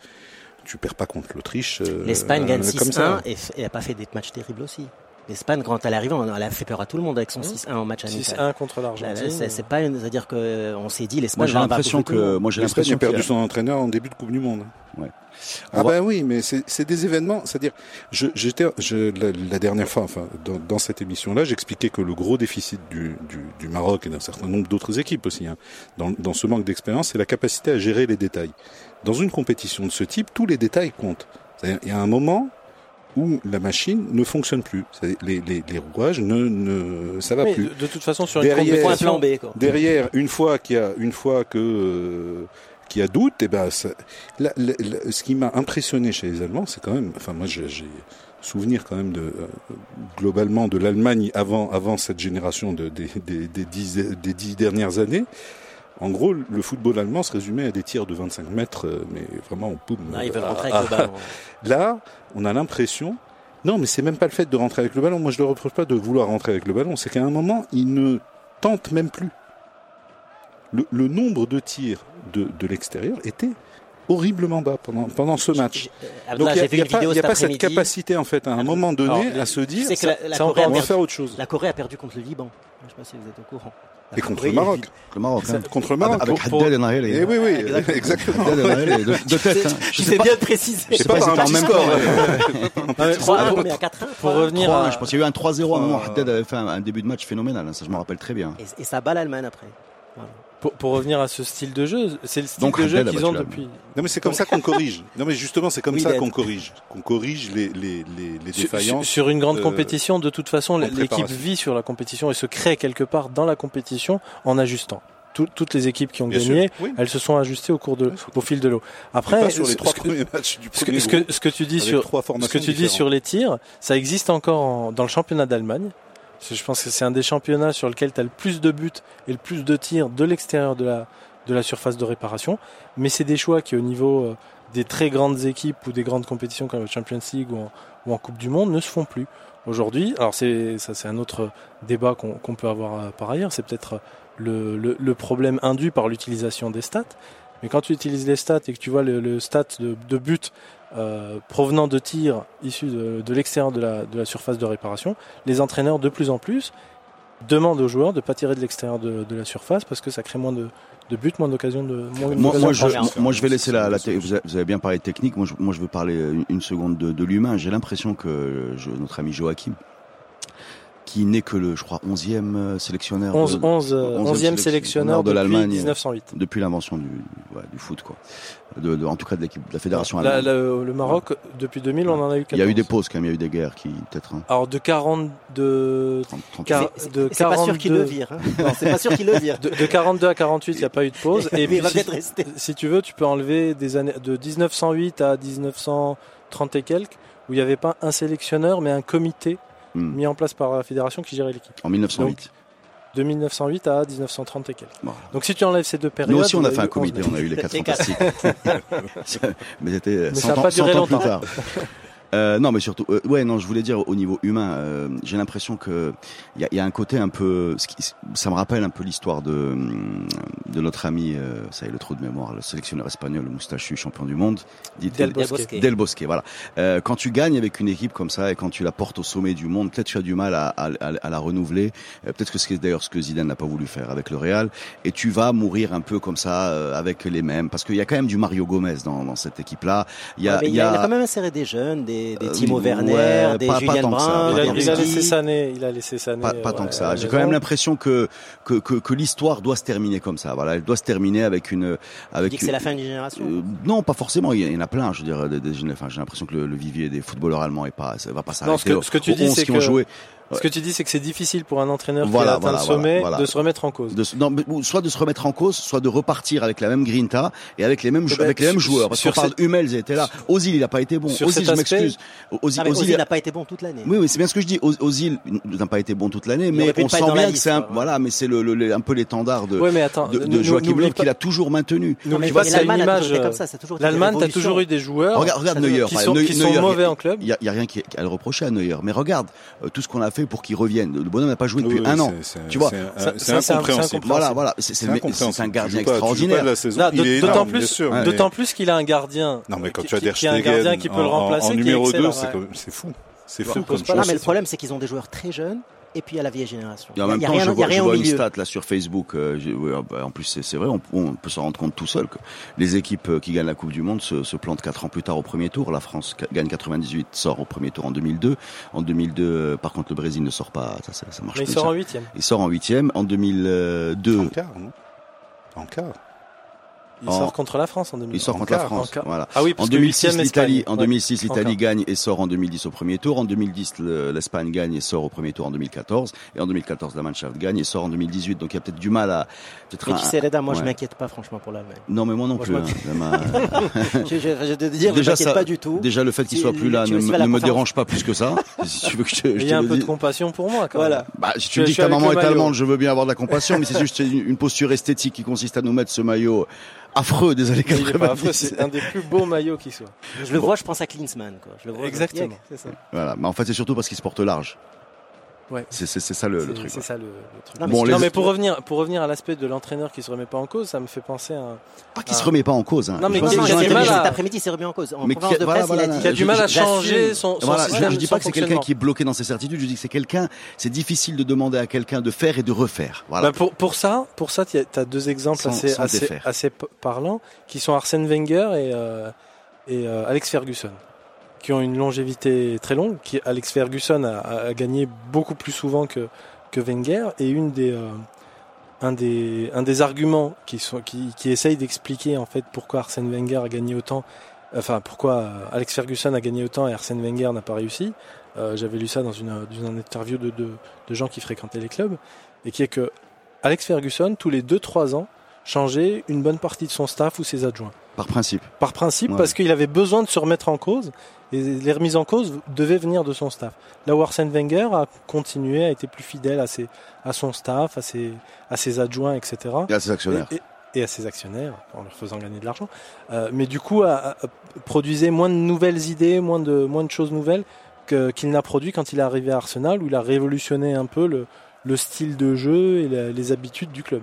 F: Tu perds pas contre l'Autriche. euh,
G: L'Espagne gagne
F: euh, comme ça.
G: 6-1 et, f- et a pas fait des matchs terribles aussi. L'Espagne, quand elle arrive, on- elle a fait peur à tout le monde avec son
H: Mmh.
G: 6-1 en match amical.
H: 6-1 contre
G: Là, là,
H: l'Argentine.
G: Bah,
F: euh.
G: C'est c'est pas une, c'est-à-dire que euh, on s'est dit
E: Moi
G: l'Espagne.
E: j'ai
G: va- va
E: l'impression
G: bouffer tout le
E: que
G: monde.
E: moi j'ai
F: L'Espagne
E: l'impression
F: a perdu
E: que
F: son entraîneur en début de Coupe du Monde.
E: Ouais.
F: Ah
E: On va-
F: bah oui, mais c'est c'est des événements. C'est-à-dire, je- j'étais je, la, la dernière fois, enfin, dans, dans cette émission-là, j'expliquais que le gros déficit du, du, du Maroc et d'un certain nombre d'autres équipes aussi, hein, dans, dans ce manque d'expérience, c'est la capacité à gérer les détails. Dans une compétition de ce type, tous les détails comptent. C'est-à-dire, Il y a un moment où la machine ne fonctionne plus. C'est-à-dire, Les, les, les rouages ne, ne ça va
H: Mais
F: plus.
H: de, de toute façon, sur
F: Derrière-
H: une
G: Il faut un plan
H: compétition,
G: B. Quoi.
F: Derrière, une fois qu'il y a, une fois que euh, qu'il y a doute, eh ben, ça- la- la- la- ce qui m'a impressionné chez les Allemands, c'est quand même, enfin moi j'ai j'ai souvenir quand même de euh, globalement de l'Allemagne avant avant cette génération de, des, des, des dix, des dix dernières années. En gros, le football allemand se résumait à des tirs de 25 mètres, euh, mais vraiment on peut.
G: Non, Ah, ils veulent
F: à-
G: rentrer
F: à-
G: avec le ballon.
F: Là, on a l'impression. Non, mais c'est même pas le fait de rentrer avec le ballon. Moi, je ne le reproche pas de vouloir rentrer avec le ballon. C'est qu'à un moment, il ne tente même plus. Le, le nombre de tirs de, de l'extérieur était horriblement bas pendant, pendant ce match.
G: J'ai- euh, Abdallah,
F: Donc, il n'y a,
G: j'ai
F: il
G: vu
F: y a
G: une
F: pas,
G: vidéo
F: il y a
G: cet
F: pas cette
G: après-midi. Ah,
F: capacité, en fait, à un moment donné, à se dire
G: C'est que la, la
H: ça, on
G: Corée
H: va
G: a
F: on va
G: perdu-
F: faire autre chose.
G: la Corée a perdu contre le Liban. Je sais pas si vous êtes au courant. La
F: Et contre
G: Corée,
F: le Maroc.
E: le Maroc hein.
F: Contre le Maroc.
E: avec
F: Pour-
E: Haddad et Nahel,
F: Eh oui, oui,
G: euh, Exactement.
F: exactement.
E: Haddad El Nahel, de, de tête. hein.
G: Je
E: Je
G: sais
E: sais pas,
G: bien de préciser.
E: je sais pas, si
F: par un
E: c'était en
F: petit
E: même
F: score,
E: temps.
H: Ah, mais pour-
G: 3 1
H: pour-
G: mais à 4 1
H: pour revenir
E: Trois,
H: à-
E: je pense qu'il y a eu un 3-0 à un moment.
F: Euh,
E: Haddad avait fait un, un début de match phénoménal, hein, ça je me rappelle très bien.
G: Et, et ça bat l'Allemagne après. Voilà.
H: pour, pour revenir à ce style de jeu, c'est le style
E: Donc,
H: de jeu
E: Haddad a
H: qu'ils
E: battu
H: ont
E: l'Allemagne.
H: depuis.
F: Non, mais c'est comme ça qu'on corrige. Non, mais justement, c'est comme
G: Oui,
F: ça
G: d'être.
F: qu'on corrige. Qu'on corrige les, les, les, les
H: Sur,
F: défaillances.
H: sur une grande
F: euh,
H: compétition, de toute façon, l'équipe
F: préparation.
H: vit sur la compétition et se crée quelque part dans la compétition en ajustant. Tout- toutes les équipes qui ont
F: Bien sûr.
H: gagné,
F: Oui.
H: elles se sont ajustées au cours de,
F: Ouais, c'est-
H: au fil de l'eau.
F: Pas
H: Après,
F: sur les
H: ce-
F: trois
H: ce que-
F: premiers matchs du
H: ce
F: premier
H: que, ce,
F: groupe,
H: que, ce que tu dis
F: avec
H: sur,
F: trois
H: ce
F: formations
H: que tu dis
F: différentes.
H: sur les tirs, ça existe encore en- dans le championnat d'Allemagne. C'est- Je pense que c'est un des championnats sur lequel tu as le plus de buts et le plus de tirs de l'extérieur de la, de la surface de réparation. Mais c'est des choix qui, au niveau euh, des très grandes équipes ou des grandes compétitions comme la Champions League ou en, ou en Coupe du Monde, ne se font plus. Aujourd'hui, alors c'est ça c'est un autre débat qu'on qu'on peut avoir euh, par ailleurs, c'est peut-être euh, le, le- le problème induit par l'utilisation des stats. Mais quand tu utilises les stats et que tu vois le, le stat de, de but euh, provenant de tirs issus de, de l'extérieur de la, de la surface de réparation, les entraîneurs de plus en plus demandent aux joueurs de ne pas tirer de l'extérieur de, de la surface parce que ça crée moins de, de buts, moins d'occasions de.
E: Moi,
H: Moins d'occasions
E: moi,
H: de
E: je,
H: marquer.
E: moi, moi, je vais laisser la, la
F: C'est-
E: te- vous avez- vous avez bien parlé de technique. Moi, je, moi, je veux parler une, une seconde de, de l'humain. J'ai l'impression que je- notre ami Joachim, qui n'est que le, je crois, 11e euh, sélectionneur de-
H: 11, 11, euh,
E: 11e
H: 11e sélectionneur de l'Allemagne. 1908.
E: depuis l'invention du, du- ouais, du foot, quoi. De, de- en tout cas, de l'équipe, de la fédération
H: La-
E: allemande.
H: la- le Maroc, depuis 2000, on en a eu 14.
E: Il y a eu des pauses quand même, il y a eu des guerres qui, peut-être, hein,
H: Alors de 40, de,
E: 30, 30
H: Car-
G: C'est- c'est-
H: de
G: C'est pas sûr qu'il le
H: 42.
G: vire. hein. Non, c'est pas sûr qu'il le vire.
H: de, de 42 à 48, il n'y a pas eu de pause. Et
G: mais
H: puis,
G: il va
H: si-
G: peut-être rester.
H: si tu veux, tu peux enlever des années de 1908 à 1930 et quelques, où il n'y avait pas un sélectionneur, mais un comité
E: Hmm.
H: mis en place par la fédération qui gérait l'équipe.
E: En 1908.
H: De 1908 à 1930 et quelques.
E: Voilà.
H: Donc si tu enlèves ces deux périodes.
E: Nous aussi, on
H: il y
E: a fait un
H: eu
E: comité,
H: 11.
E: on a eu les quatre
G: Les quatre.
E: fantastiques. mais c'était
H: Mais
E: 100
H: ça a
E: ans,
H: pas duré
E: 100 ans plus
H: longtemps.
E: tard. Euh, non, mais surtout, euh, ouais, non, je voulais dire au niveau humain, euh, j'ai l'impression que il y a, il y a un côté un peu, ce qui- ça me rappelle un peu l'histoire de hum, de notre ami, euh, ça y est, le trou de mémoire, le sélectionneur espagnol, le moustachu, champion du monde, dit
H: Del Bosque.
E: Del Bosque, voilà. Euh, quand tu gagnes avec une équipe comme ça et quand tu la portes au sommet du monde, peut-être tu as du mal à, à- à- à la renouveler. Euh, peut-être que c'est d'ailleurs ce que Zidane n'a pas voulu faire avec le Real. Et tu vas mourir un peu comme ça euh, avec les mêmes, parce qu'il y a quand même du Mario Gomez dans, dans cette équipe-là. Il y
G: Ouais,
E: a,
G: mais
E: il y a-
G: quand même inséré des jeunes, des, des
E: Euh,
G: Timo
E: ouais,
G: Werner,
E: pas-
G: des
E: pas
G: Julien
E: tant que ça,
G: Brun,
H: Il a,
E: pas tant
G: des
H: il a
E: que ça.
H: laissé
G: Rudy.
H: Sané. Il a laissé Sané.
E: pas,
H: euh,
E: pas tant que
H: à
E: ça.
H: la
E: J'ai
H: maison.
E: quand même l'impression que que, que, que l'histoire doit se terminer comme ça. Voilà, elle doit se terminer avec une
G: Tu
E: avec
G: dis que c'est la fin d'une génération.
E: Euh, non, pas forcément. Il y, en a plein. Je veux dire, des, des jeunes- enfin, j'ai l'impression que le, le vivier des footballeurs allemands est pas, ça va pas s'arrêter.
H: Non, ce que- ce que tu
E: aux
H: dis,
E: 11
H: c'est
E: qui ont
H: que-
E: joué.
H: Ce que tu dis, c'est que c'est difficile pour un entraîneur
E: Voilà,
H: qui a atteint
E: voilà,
H: le sommet
E: voilà, voilà.
H: de se remettre en cause.
E: De se- non, mais- ou soit de se remettre en cause, soit de repartir avec la même grinta et avec les mêmes, jou-
H: Eh ben,
E: avec les mêmes
H: sur-
E: joueurs. Parce qu'on
H: sur
E: parle
H: cet-
E: Hummels était là. Ozil, il n'a pas été bon.
H: sur
E: Ozil,
H: cet
E: je m'excuse. Ozil,
G: Ah, mais
E: Ozil,
G: Ozil n'a pas été bon toute l'année.
E: oui, oui, c'est bien ce que je dis. Oz- Ozil n'a pas été bon toute l'année, mais
G: aurait pu
E: on
G: ne pas
E: sent
G: être dans la
E: bien que
G: liste,
E: c'est un,
G: quoi.
E: voilà, mais c'est le, le- le- un peu l'étendard de,
H: Ouais, mais attends,
E: de, de
H: nous- nous-
E: Joachim
H: n'oublie
E: Löw
H: pas-
E: qu'il a toujours maintenu.
H: nous-
G: mais
H: tu vois,
G: mais
H: c'est une
G: l'Allemagne a toujours
H: image.
G: été
H: euh,
G: comme ça, ça a toujours été une
H: L'Allemagne, t'as
G: révolution.
H: toujours eu des joueurs
E: Regarde, regarde
G: ça donne-
E: Neuer.
H: qui
E: par
H: sont,
E: exemple.
H: qui
E: Neuer,
H: sont
E: il y a-
H: mauvais en club.
E: Il y, a- il y a rien qui- à le reprocher à Neuer. Mais regarde, euh, tout ce qu'on a fait pour qu'il revienne. Le bonhomme n'a pas joué depuis
F: Oui,
E: un
F: oui,
E: an.
F: c'est- c'est-
E: Tu vois,
F: c'est-
H: ça-
F: c'est
H: ça, c'est un-
F: incompréhensible.
E: Voilà, voilà. C'est- C'est le mec-
F: incompréhensible.
E: c'est un
F: Tu
E: gardien
F: joues pas- tu joues
E: extraordinaire.
F: pas de la saison.
H: Là,
F: Il est
H: d- D'autant
F: énorme, bien
H: plus,
F: sûr, mais-
H: d'autant plus qu'il a un gardien.
F: Non, mais quand
H: qui-
F: tu as Der
H: qui- qui a un gardien qui peut
F: en-
H: le
F: en-
H: remplacer,
F: en
H: qui est
F: numéro 2,
H: excellent,
F: c'est
H: ouais.
F: comme- c'est fou. C'est
H: Ouais,
F: fou
H: on
F: comme
H: pose pas
G: Non,
H: la
F: chose.
G: mais le
H: c'est
G: problème, c'est qu'ils ont des joueurs très jeunes et puis il y a la vieille génération.
E: Et en même
G: il y a
E: temps,
G: rien,
E: je
G: il y a
E: vois, je
G: rien au
E: vois une
G: milieu.
E: stat là sur Facebook. euh, j'ai- ouais, ah bah, en plus, c'est c'est vrai, on, on peut s'en rendre compte tout seul. Que les équipes euh, qui gagnent la Coupe du Monde se, se plantent quatre ans plus tard au premier tour. La France ca- gagne 98, sort au premier tour en 2002. En 2002, euh, par contre, le Brésil ne sort pas. Ça, ça, ça marche
H: Mais il
E: comme
H: sort
E: ça.
H: en huitième.
E: Il sort en huitième. En 2002,
F: En quart, non En quart.
H: Il
E: En-
H: sort contre la France en 2000.
E: il sort
F: en
E: contre la
F: quart,
E: France.
H: en quart.
E: Voilà.
H: Ah oui,
E: En
H: parce que
E: 2006,
H: huitième,
E: l'Italie,
H: l'Espagne.
E: en
H: Ouais.
E: 2006, l'Italie
H: Encore.
E: gagne et sort en 2010 au premier tour. En 2010, le- l'Espagne gagne et sort au premier tour en 2014. Et en 2014, la Mannschaft gagne et sort en 2018. Donc il y a peut-être du mal à. peut-être
G: Mais
E: un-
G: tu sais, Reda, moi je
E: ouais.
G: m'inquiète pas franchement pour l'Allemagne.
E: Non, mais moi non
G: Moi, je
E: plus. hein. Ça m'a-
G: Je, je, je de dire, je
E: Déjà,
G: m'inquiète
E: ça-
G: pas du tout.
E: Déjà, le fait qu'il
G: Tu-
E: soit plus là
G: tu
E: ne,
G: me suis
E: me-
G: fait la
E: ne me
G: conférence.
E: dérange pas plus que ça. si tu veux que je, te- je
H: Mais Il y
E: te
H: a un
E: le
H: peu de
E: dise.
H: compassion pour moi, quand
G: Voilà.
H: même.
E: Bah, si tu
H: Je-
E: me dis
H: je
E: que ta
H: suis avec
E: maman
H: le
E: est
H: maillot.
E: allemande, je veux bien avoir de la compassion, mais c'est juste une, une posture esthétique qui consiste à nous mettre ce maillot affreux des années
H: Mais il est pas affreux,
E: 90.
H: c'est un des plus beaux maillots qui soit.
G: Je le vois, je pense à Klinsmann. Quoi. Je le vois, je me dis,
H: Exactement.
G: yeah, c'est ça.
E: Voilà. Mais en fait, c'est surtout parce qu'il se porte large.
H: Ouais.
E: C'est c'est- c'est ça le, le
H: C'est-
E: truc.
H: C'est
E: quoi.
H: ça le, le truc.
G: Non,
E: Bon,
H: non,
E: les-
H: mais pour revenir, pour revenir à l'aspect de l'entraîneur qui se remet pas en cause, ça me fait penser à. un-
E: Pas qu'il se remet pas en cause. hein.
H: Non, mais
E: Je pense
H: qui-
G: Non, non,
E: que c'est
H: qui
G: il
H: a du
G: s'est
E: un
H: mal
G: remis-
H: à-
G: cet après-midi, il s'est remis en cause. En
E: Mais
G: conférence
E: qui-
G: de
E: voilà,
G: presse, il a
E: voilà,
G: dit
H: Qui a du
E: je-
H: mal à
G: j'assume.
H: changer son, son
E: Voilà,
H: système,
E: je, je dis
H: son
E: pas que c'est quelqu'un
H: fonctionnement.
E: qui est bloqué dans ses certitudes, je dis que c'est quelqu'un, c'est difficile de demander à quelqu'un de faire et de refaire. Voilà.
H: Bah, pour, pour ça, pour ça, tu as deux exemples
E: Sans-
H: assez,
E: sans
H: assez,
E: défaire.
H: assez p- parlants, qui sont Arsène Wenger et, euh, et euh, Alex Ferguson, qui ont une longévité très longue. Qui, Alex Ferguson a, a- a gagné beaucoup plus souvent que, que Wenger, et une des, euh, un, des, un des arguments qui, sont, qui, qui essaye d'expliquer en fait pourquoi Arsène Wenger a gagné autant, enfin pourquoi euh, Alex Ferguson a gagné autant et Arsène Wenger n'a pas réussi. Euh, J'avais lu ça dans une, euh, dans une interview de, de, de gens qui fréquentaient les clubs, et qui est que Alex Ferguson, tous les 2-3 ans, changeait une bonne partie de son staff ou ses adjoints.
E: Par principe.
H: Par principe,
E: Ouais.
H: parce qu'il avait besoin de se remettre en cause, et les remises en cause devaient venir de son staff. Là où Arsène Wenger a continué, a été plus fidèle à, ses, à son staff, à ses, à ses adjoints, etc.
E: Et à ses actionnaires.
H: Et, et- et à ses actionnaires, en leur faisant gagner de l'argent. Euh, mais du coup, a, a- a- produisait moins de nouvelles idées, moins de, moins de choses nouvelles que- qu'il n'a produit quand il est arrivé à Arsenal, où il a révolutionné un peu le, le style de jeu et la- les habitudes du club.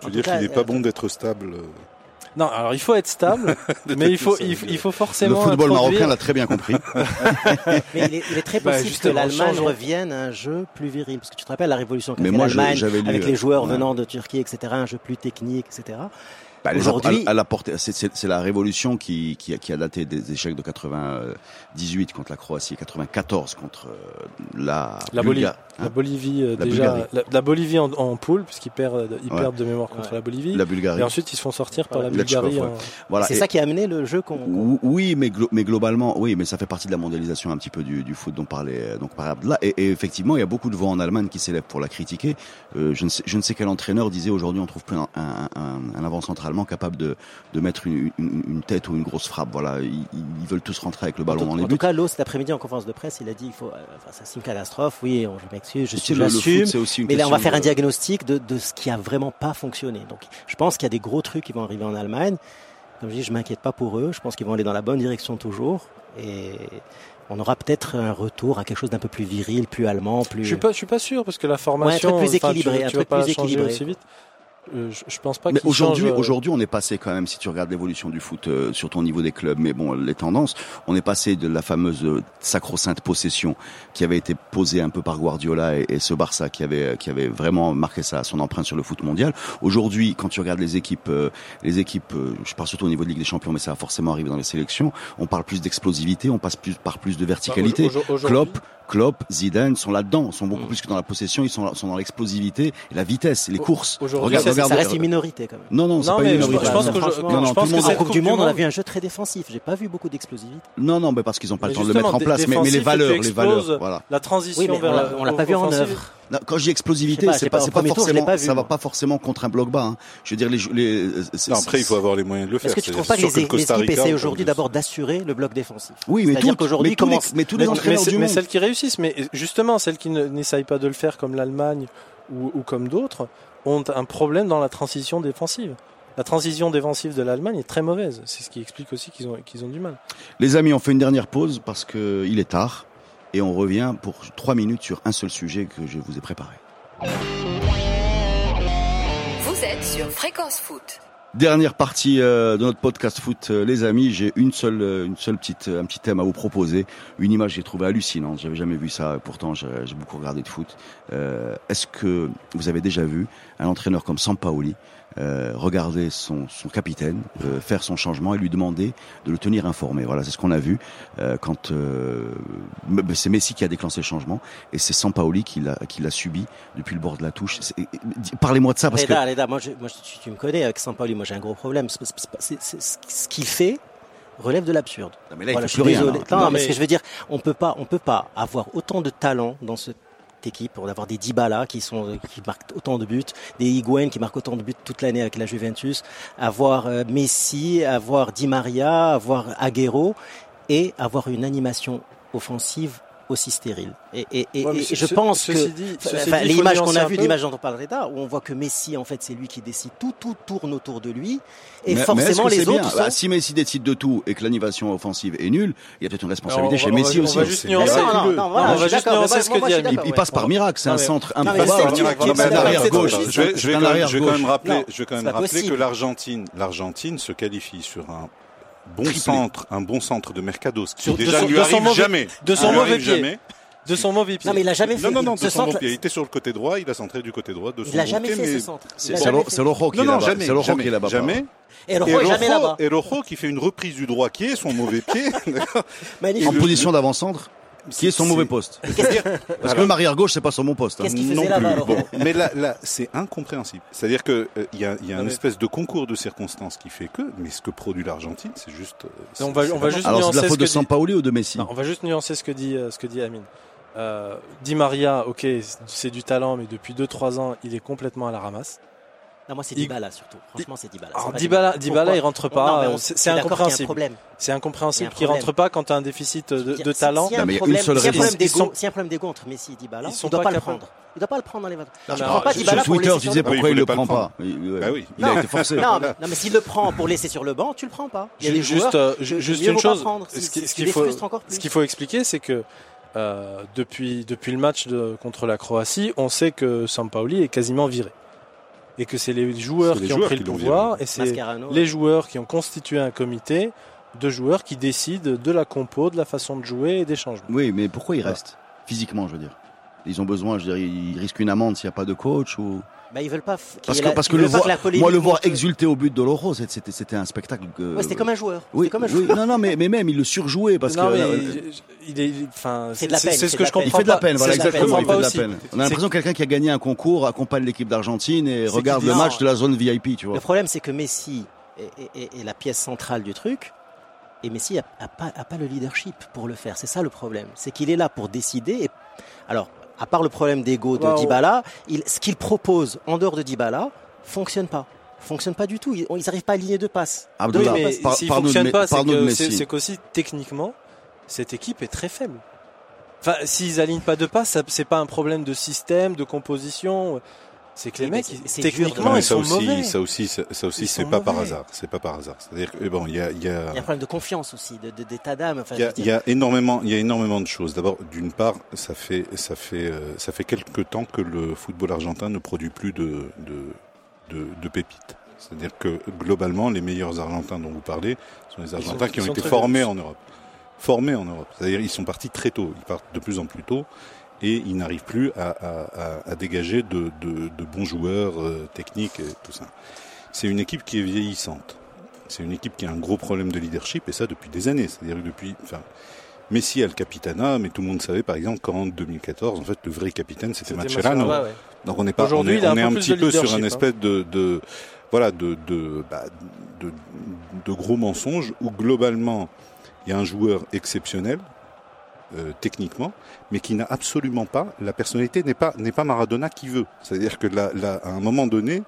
F: Je veux
G: En tout
F: dire
G: cas,
F: qu'il n'est
G: euh,
F: pas bon d'être stable. euh,
H: Non, alors il faut être stable, mais il faut, il, faut- il faut
E: Le
H: forcément.
E: football
H: introduire-
E: marocain l'a très bien compris. Bah,
G: Mais il est, il est très
H: Bah,
G: possible que
H: justement,
G: l'Allemagne
H: changeons.
G: revienne à un jeu plus viril. Parce que tu te rappelles la révolution qu'a
E: Mais
G: fait
E: moi, je-
G: l'Allemagne
E: j'avais lu,
G: avec
E: euh,
G: les joueurs
E: ouais.
G: venant de Turquie, etc. Un jeu plus technique, etc.
E: Bah, les
G: Aujourd'hui-
E: app- à, à la portée- c'est- c'est c'est la révolution qui, qui, a- qui a daté des échecs de 98 contre la Croatie, 94 contre euh, la,
H: La
E: Bulgarie. hein,
H: La Bolivie, euh,
E: La Bulgarie.
H: déjà. La, la Bolivie en, en poule, puisqu'ils perdent, ils
E: Ouais.
H: perdent de mémoire contre
G: Ouais.
H: la Bolivie.
E: la Bulgarie.
H: Et ensuite, ils se font sortir par la
E: La
H: Bulgarie.
E: Tchécoslovaquie.
H: en-
E: Voilà.
G: C'est
E: Et-
G: ça qui a amené le jeu qu'on. qu'on-
E: ou- Oui, mais, glo- mais globalement, oui, mais ça fait partie de la mondialisation un petit peu du, du foot dont parlait euh, donc par là. Et, et effectivement, il y a beaucoup de voix en Allemagne qui s'élèvent pour la critiquer. Euh, je, ne sais, je ne sais quel entraîneur disait aujourd'hui, on trouve plus un, un, un, un avant-centre allemand capable de, de mettre une, une, une tête ou une grosse frappe. Voilà, ils, ils veulent tous rentrer avec le
G: En
E: ballon dans
G: tout,
E: les
G: en
E: buts.
G: tout cas, Lowe, cet après-midi, en conférence de presse, il a dit il faut. euh, Enfin, ça, c'est une catastrophe. Oui, on- je m'excuse, je
E: Tu sais,
G: suis-
E: le- le foot,
G: j'assume.
E: c'est aussi une
G: Mais là, on va
E: question
G: faire un
E: de-
G: diagnostic de, de ce qui a vraiment pas fonctionné. Donc, je pense qu'il y a des gros trucs qui vont arriver en Allemagne. Comme je dis, je m'inquiète pas pour eux. Je pense qu'ils vont aller dans la bonne direction toujours. Et on aura peut-être un retour à quelque chose d'un peu plus viril, plus allemand, plus.
H: Je suis pas, je suis pas sûr parce que la formation,
G: truc plus
H: enfin, tu-
G: équilibré,
H: tu,
G: un
H: vas
G: truc
H: pas
G: plus
H: changer
G: équilibré.
H: aussi vite. Euh, je, je pense pas.
E: Mais
H: qu'ils
E: aujourd'hui,
H: changent, euh,
E: aujourd'hui, on est passé quand même, si tu regardes l'évolution du foot euh, sur ton niveau des clubs, mais bon, les tendances, on est passé de la fameuse euh, sacro-sainte possession qui avait été posée un peu par Guardiola et, et ce Barça qui avait euh, qui avait vraiment marqué ça, son empreinte sur le foot mondial. Aujourd'hui, quand tu regardes les équipes, euh, les équipes, euh, je parle surtout au niveau de Ligue des Champions, mais ça va forcément arriver dans les sélections. On parle plus d'explosivité, on passe plus par plus de
H: bah,
E: verticalité.
H: au- au- aujourd'hui- Mm.
E: Klopp, Klopp, Zidane sont là-dedans, sont beaucoup plus que dans la possession, ils sont, là- sont dans l'explosivité, la vitesse, les
H: Au-
E: courses.
H: aujourd'hui,
E: Regarde,
G: ça,
E: regarde-
G: ça reste une minorité quand même.
E: Non, non, c'est
H: Non,
E: pas
H: mais
E: une
H: je-
E: minorité.
H: je pense
E: Non,
H: que je-
E: non, non,
H: je pense
E: tout le
H: que
E: monde-
G: En
H: cette
G: Coupe du Monde, on a vu un jeu très défensif. J'ai pas vu beaucoup d'explosivité.
E: non, non, mais parce qu'ils n'ont pas le
H: Mais
E: temps de le
H: justement,
E: mettre en
H: dé-
E: place. Mais, mais les
H: défensif,
E: valeurs,
H: tu
E: les valeurs,
H: exploses.
E: voilà.
H: La transition
G: Oui, mais
H: vers
G: on l'a-
H: la-
G: on l'a pas vu en
H: offensive.
G: œuvre.
E: Non, quand je dis
G: Je
E: explosivité,
G: sais pas, je
E: c'est
G: sais
E: pas,
G: pas,
E: c'est
G: au
E: pas
G: premier tour, je l'ai
E: forcément,
G: pas vu,
E: ça va
G: moi.
E: pas forcément contre un bloc bas. hein. Je veux dire, les, jou- les euh, c'est-
F: Non, après, il faut avoir les moyens de le faire.
G: Est-ce que tu
F: C'est
G: trouves pas que
F: sûr
G: les,
F: le
G: les
F: Costa
G: équipes
F: Rica,
G: essaient
F: on
G: aujourd'hui
F: parle de-
G: d'abord d'assurer le bloc défensif
E: Oui, mais
G: C'est-à-dire
E: toutes-
G: qu'aujourd'hui,
E: mais tous les-
G: commence-
E: mais tous les
G: mais-
H: Mais,
E: entraîneurs
H: c'est-
E: du
H: mais
E: monde.
H: celles qui réussissent, mais justement celles qui ne- n'essayent pas de le faire comme l'Allemagne ou, ou comme d'autres, ont un problème dans la transition défensive. La transition défensive de l'Allemagne est très mauvaise. C'est ce qui explique aussi qu'ils ont, qu'ils ont du mal.
E: Les amis, on fait une dernière pause parce que il est tard et on revient pour trois minutes sur un seul sujet que je vous ai préparé.
C: Vous êtes sur Fréquence Foot.
E: Dernière partie euh, de notre podcast foot, euh, les amis. J'ai une seule, euh, une seule petite, euh, un petit thème à vous proposer. Une image que j'ai trouvée hallucinante. J'avais jamais vu ça. Pourtant, j'ai j'ai beaucoup regardé de foot. Euh, Est-ce que vous avez déjà vu un entraîneur comme Sampaoli euh, regarder son, son capitaine euh, faire son changement et lui demander de le tenir informé Voilà, c'est ce qu'on a vu euh, quand euh, m- c'est Messi qui a déclenché le changement et c'est Sampaoli qui l'a, qui l'a subi depuis le bord de la touche. C'est- Parlez-moi de ça Ah, parce
G: Parce
E: que
G: Léda, Léda, moi, je- moi, je- tu, tu me connais avec Saint-Pauli, moi j'ai un gros problème. C'est- c'est- c'est- c'est- c'est- ce qu'il fait relève de l'absurde.
E: Non, mais là, il fait
G: Voilà, je suis
E: plus rien, hein.
G: désolé.
E: là.
G: Non, mais
H: Non, mais-
G: ce que je veux dire, on peut pas, on peut pas avoir autant de talent dans cette équipe, pour avoir des Dybala qui sont euh, qui marquent autant de buts, des Higuain qui marquent autant de buts toute l'année avec la Juventus, avoir euh, Messi, avoir Di Maria, avoir Aguero et avoir une animation offensive aussi stérile. Et, et- et-
H: Ouais, mais
G: et
H: ce-
G: je
H: ce-
G: pense que
H: ceci dit-
G: Enfin,
H: ceci
G: enfin,
H: dit,
G: les
H: faut
G: images qu'on
H: nuancer
G: a
H: un
G: vues,
H: peu.
G: l'image dont on parle là, où on voit que Messi, en fait, c'est lui qui décide, tout, tout tourne autour de lui, et
E: Mais- mais
G: forcément
E: est-ce que
G: les
E: c'est
G: autres
E: bien
G: sont...
E: Bah, si Messi décide de tout et que l'animation offensive est nulle, il y a peut-être une responsabilité
H: Alors,
E: chez
H: on va-
E: Messi
H: on va-
E: aussi.
H: On va juste
F: C'est-
G: Non,
H: nuancer
G: non,
H: le-
G: non,
H: on
G: voilà,
H: va
G: je suis
H: juste
G: d'accord,
H: nuancer
G: moi,
H: ce
G: moi,
H: que
G: moi,
H: dit
G: je suis
H: Amine.
E: Il, il
G: d'accord, ouais.
E: passe par miracle, c'est
G: Non,
E: un
G: mais-
E: centre
G: non, Ah, mais
E: improbable.
G: c'est le truc qui-
E: Non, mais
G: c'est
E: un
G: la-
E: arrière
G: c'est
E: gauche.
G: le truc.
F: Je vais, je vais
E: Un
F: quand même,
E: arrière
F: je vais quand même
E: gauche.
F: rappeler,
G: Non,
F: je vais quand même
G: c'est pas
F: rappeler
G: possible.
F: que l'Argentine, l'Argentine se qualifie sur un bon
E: Triplé.
F: centre, un bon centre de mercado, ce qui
H: Sur- de
F: déjà
H: son-
F: ne lui
H: de son
F: arrive
H: mauvais-
F: jamais.
H: de son
F: Il lui
H: mauvais
F: arrive
H: pied.
F: jamais.
H: De son mauvais pied.
G: Non, mais il a jamais fait
F: Non, non, non,
G: ce
F: de son bon
G: centre.
F: pied. Il était sur le côté droit, il a centré du côté droit de son
G: Il a
F: bon
G: jamais
F: pied,
G: fait
F: mais-
G: ce centre. Il
E: C'est
G: a
E: c'est
G: jamais
E: Ro-
G: fait.
E: c'est Rojo qui est
F: Non, non,
E: là-bas.
F: jamais,
E: C'est Rojo
F: jamais,
E: qui est là-bas.
F: jamais.
G: Et
F: Et
G: Rojo est jamais
F: Rojo-
G: là-bas.
F: et Rojo qui fait une reprise du droit qui est son mauvais pied.
E: En
G: Magnifique.
F: le-
E: position d'avant-centre, qui est son mauvais poste. Parce que le arrière gauche, c'est pas son bon poste. hein.
G: Qu'est-ce qu'il
F: non
G: faisait là-bas,
F: plus.
G: Rojo
F: Bon, mais là, là c'est incompréhensible. C'est-à-dire que euh, il y a, il y a
H: Non,
F: une
H: mais-
F: espèce de concours de circonstances qui fait que, mais ce que produit l'Argentine, c'est juste. euh, c'est-
H: on va-
F: c'est
H: on va
F: vraiment-
H: juste
E: Alors c'est de
H: nuancer
E: la
H: ce
E: faute
H: que
E: de
H: dit-
E: Sampaoli ou de Messi
H: Non, on va juste nuancer ce que dit, euh, ce que dit Amine. Euh, Di Maria, ok, c'est- c'est du talent, mais depuis 2-3 ans, il est complètement à la ramasse.
G: Non, moi, c'est
H: Il-
G: Dybala, surtout. Franchement, c'est Dybala.
H: Alors
G: Bah, C'est pas
H: Dybala, Dybala, il
G: Pourquoi
H: rentre
G: Non,
H: pas.
G: mais
H: euh,
G: on-
H: c'est-
G: je
H: c'est
G: suis d'accord qu'il y a un
H: incompréhensible.
G: problème.
H: C'est
G: Il y a
H: incompréhensible
G: un
H: qu'il
G: problème.
H: rentre pas quand tu as un déficit euh, de, de talent.
G: Si
E: Non, mais il y a une seule
G: s'il y a
E: raison.
G: un problème
H: Ils sont-
G: d'ego- s'il y a un problème d'ego entre Messi et Dybala,
H: Ils sont
G: il doit
H: pas
G: pas le
H: capables.
G: prendre. Il doit pas le prendre dans les ventes.
H: Non,
G: Je
H: mais
G: prends pas
H: alors,
E: Sur
G: Dybala pour
E: Twitter,
G: laisser
E: je
G: sur
E: disais
G: le banc.
F: banc.
E: pourquoi il
F: Oui, il
E: le
F: voulait
E: prend
F: pas
E: pas.
F: le
E: Il ouais,
F: Bah oui.
E: il a été forcé.
G: Non, mais, non, mais s'il le prend pour laisser sur le banc, tu le prends pas. Il y a des
H: Ju-
G: joueurs
H: juste, euh,
G: que-
H: ju-
G: que
H: juste
G: mieux
H: une
G: vaut pas
H: chose.
G: prendre. Si-
H: ce qui-
G: si
H: ce
G: tu
H: qu'il
G: les
H: faut,
G: frustres encore plus.
H: ce qu'il faut expliquer, c'est que euh, depuis depuis le match de- contre la Croatie, on sait que Sampaoli est quasiment viré et que c'est les joueurs
F: C'est
H: qui
F: les
H: ont
F: joueurs
H: pris
F: qui
H: le
F: l'ont
H: pouvoir et c'est
G: Mascherano,
H: les joueurs qui ont constitué un comité de joueurs qui décident de la compo, de la façon de jouer et des changements.
E: Oui, mais pourquoi il reste physiquement, je veux dire Ils ont besoin, je veux dire, ils risquent une amende s'il n'y a pas de coach ou.
G: Bah, ils veulent pas. f- qu'il
E: Parce
G: y ait
E: que
G: la-
E: parce
G: ils
E: que
G: veulent
E: le
G: pas
E: voir,
G: la polémique
E: moi le voir
G: monte.
E: exulter au but de l'Oro, c'était- c'était c'était un spectacle. que-
G: Ouais, c'était comme un joueur.
E: Oui,
G: C'était comme un
E: oui,
G: joueur.
E: non, non, mais, mais même il le surjouait parce
H: Non,
E: que
H: mais
E: euh,
H: il, il est, enfin,
G: C'est de la peine,
H: C'est
G: c'est
H: ce
G: de
H: que
G: la
H: je
G: peine.
H: comprends
E: il fait de la
H: pas-
E: peine. Voilà,
H: c'est ce que je
E: exactement. Il
H: comprends
E: fait de
H: pas
E: la
H: aussi.
E: peine. On a
H: C'est-
E: l'impression que quelqu'un qui a gagné un concours accompagne l'équipe d'Argentine et
H: C'est
E: regarde
H: qu'il
E: le
H: dit-
E: match de la zone VIP, tu vois.
G: Le problème, c'est que Messi est, est- est- est la pièce centrale du truc. Et Messi a, a pas, a pas le leadership pour le faire. C'est ça le problème. C'est qu'il est là pour décider. Et... Alors, à part le problème d'ego de
H: Waouh.
G: Dybala, il, ce qu'il propose en dehors de Dybala fonctionne pas. Fonctionne pas du tout. Ils n'arrivent pas à aligner deux passes.
H: Oui,
E: Abdullah,
H: mais
E: par-
H: s'il
E: pardonne,
H: fonctionne
E: mais-
H: pas, c'est
E: pardonne,
H: que- c'est
E: Messi.
H: c'est qu'aussi techniquement, cette équipe est très faible. Enfin, s'ils alignent pas de passes, ça- c'est pas un problème de système, de composition. C'est que les
G: Oui, mais
H: mecs,
G: c'est-
H: ils-
G: c'est dur de-
H: techniquement,
F: Non, mais
H: ils
F: ça
H: sont mauvais.
F: aussi, ça aussi, ça, ça aussi,
H: Ils
F: c'est
H: sont
F: pas par
H: mauvais.
F: hasard. C'est pas par hasard. C'est-à-dire que, eh bon, il y a, il y a,
G: Il y a un problème de confiance aussi, de- de- d'état d'âme. Enfin,
F: il y a,
G: je veux
F: il
G: dire,
F: y a énormément, il y a énormément de choses. D'abord, d'une part, ça fait, ça fait, euh, ça fait quelque temps que le football argentin ne produit plus de, de, de, de pépites. C'est-à-dire que globalement, les meilleurs Argentins dont vous parlez sont les Argentins
H: sont-
F: qui ont
H: ils sont
F: été
H: très
F: formés
H: jeunes.
F: en Europe. Formés en Europe. C'est-à-dire ils sont partis très tôt. Ils partent de plus en plus tôt et ils n'arrivent plus à, à- à- à dégager de, de- de bons joueurs euh, techniques et tout ça. C'est une équipe qui est vieillissante. C'est une équipe qui a un gros problème de leadership et ça depuis des années. C'est-à-dire que depuis, enfin, Messi a le capitana, mais tout le monde savait par exemple qu'en 2014, en fait, le vrai capitaine c'était
H: C'était
F: Mascherano.
H: Mascherano, ouais.
F: Donc on est pas, on
H: Aujourd'hui,
F: est,
H: il a un
F: on est
H: peu
F: un
H: plus
F: petit
H: de
F: peu sur
H: leadership,
F: un
H: hein.
F: espèce de, de voilà de de, bah, de de gros mensonges où globalement il y a un joueur exceptionnel euh, techniquement, mais qui n'a absolument pas la personnalité n'est pas n'est pas Maradona qui veut. C'est-à-dire que là, là, à un moment donné,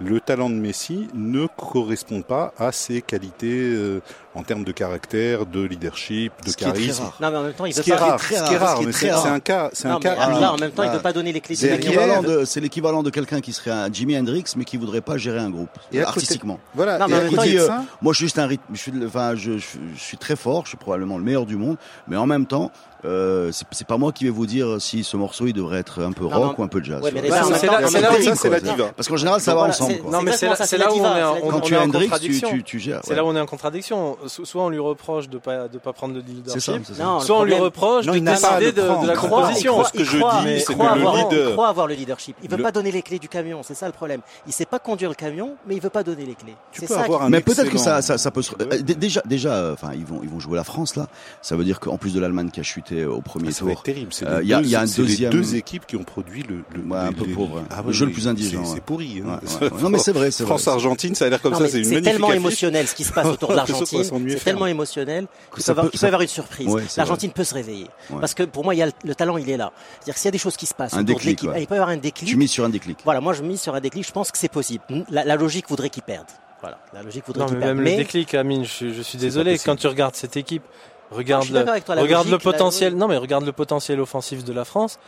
F: le talent de Messi ne correspond pas à ses qualités euh, en termes de caractère, de leadership, de
E: Ce qui est très
F: charisme.
H: Ah.
E: rare.
G: Non, mais en même temps, il
F: Ce
G: veut
F: qui est
G: pas.
F: rare,
E: ce qui est
F: ce
E: très
F: qui est
E: rare, ce
F: rare,
E: qui est
F: mais
E: très
F: c'est c'est
E: rare.
F: un cas, c'est
G: Non,
F: un
G: mais
F: cas. Ah.
G: là, en
F: unique.
G: même temps, il veut pas donner les clés. du
F: C'est
G: camion.
F: l'équivalent
E: L'équivalent de- C'est l'équivalent de quelqu'un qui serait un Jimi Hendrix, mais qui voudrait pas gérer un groupe
F: Et à côté-
E: artistiquement.
F: Voilà.
G: Non, mais
F: et
G: en
F: à
G: même temps,
F: côté
G: il-
F: de ça,
E: Moi, je suis juste un rythme. Je suis, le- enfin, je, je- je suis très fort. Je suis probablement le meilleur du monde. Mais en même temps, euh, c'est c'est pas moi qui vais vous dire si ce morceau il devrait être un peu
G: Non,
E: rock ou
G: non.
E: un peu jazz.
G: Ouais, mais
E: Tu
G: les
F: Bah,
E: vois.
G: armes,
H: c'est
G: attends,
H: là-
G: mais
E: c'est
G: en
E: là
G: même
E: où-
G: temps,
E: ça, c'est
G: quoi.
E: la
F: diva.
E: Parce qu'en général, ça va
G: Voilà,
E: ensemble.
G: c'est-
E: quoi.
H: Non, mais c'est là,
G: exactement ça,
H: c'est
G: c'est
H: là
G: la
H: où on
G: diva,
H: est en,
G: c'est la
H: on-
E: Quand
H: on
E: tu
H: est
E: as
H: en
E: Hendrix, tu,
H: contradiction.
E: tu, tu gères.
H: C'est là où on est en contradiction. So- Soit on lui reproche de pas de pas prendre le
E: C'est ça.
H: leadership,
E: c'est ça.
G: Non, le
H: soit on lui
G: problème-
H: reproche
F: Non,
H: de
F: il n'a pas à le
H: décider de, de la
F: prendre.
G: croit-
H: composition.
G: il croit-
F: Ce que
G: il
F: je
G: croit-
F: dis,
G: mais
H: c'est
G: il
H: que
G: croit
H: le
G: avoir-
F: leader-
G: Il croit avoir le leadership. Il veut
F: Le-
G: pas donner les clés du camion, c'est ça le problème. Il sait pas conduire le camion, mais il veut pas donner les clés.
F: tu
G: C'est
F: peux
G: ça
F: avoir un
E: Mais peut-être que ça,
F: excellent-
E: ça, ça peut se.
F: Ouais.
E: euh, dé- Déjà, déjà, euh, enfin, ils vont, ils vont jouer la France là. Ça veut dire qu'en plus de l'Allemagne qui a chuté au premier
F: Ça va être
E: tour,
F: terrible. C'est
E: Euh,
F: les
E: il y a-
F: deux-
E: il y a un
F: c'est les
E: deuxième-
F: deux équipes qui ont produit le, le
E: Ouais, un
F: les-
E: peu
F: les-
E: pauvre, hein.
F: Ah
E: Le
F: ouais,
E: jeu le
F: oui,
E: plus indigent,
F: c'est- C'est
E: ouais.
F: pourri. hein.
E: Ouais, ouais, ouais. Non, mais c'est vrai, c'est vrai.
F: France-Argentine, ça a l'air comme
G: Non,
F: ça.
G: mais
F: C'est une
G: c'est
F: magnifique
G: tellement
F: affiche.
G: émotionnel ce qui se passe autour de
F: Que ce soit
G: l'Argentine.
F: sans nuit
G: C'est
F: faire.
G: tellement émotionnel qu'il peut,
E: ça
G: avoir-
E: peut-
G: qu'il
E: ça-
G: peut y avoir une surprise.
E: Ouais, c'est
G: L'Argentine peut se réveiller.
E: Ouais.
G: Parce que pour moi, il y a le, le talent, il est là. C'est-à-dire que s'il y a des choses qui se passent
E: Un
G: autour de
E: déclic,
G: l'équipe,
E: ouais.
G: il peut y avoir un déclic.
E: tu mises sur un déclic.
G: Voilà, moi je mise sur un déclic, je pense que c'est possible. La, la logique voudrait qu'il perde. Voilà, la logique voudrait
H: Non,
G: qu'il
H: mais
G: perde.
H: même le déclic, Amine, je, suis- je suis désolé.
F: possible.
H: Quand tu regardes cette équipe,
G: je
H: regarde,
G: suis
H: le,
G: d'accord avec toi, la
H: regarde
G: logique,
H: le
G: la-
H: potentiel. Non, mais regarde le potentiel offensif de la France.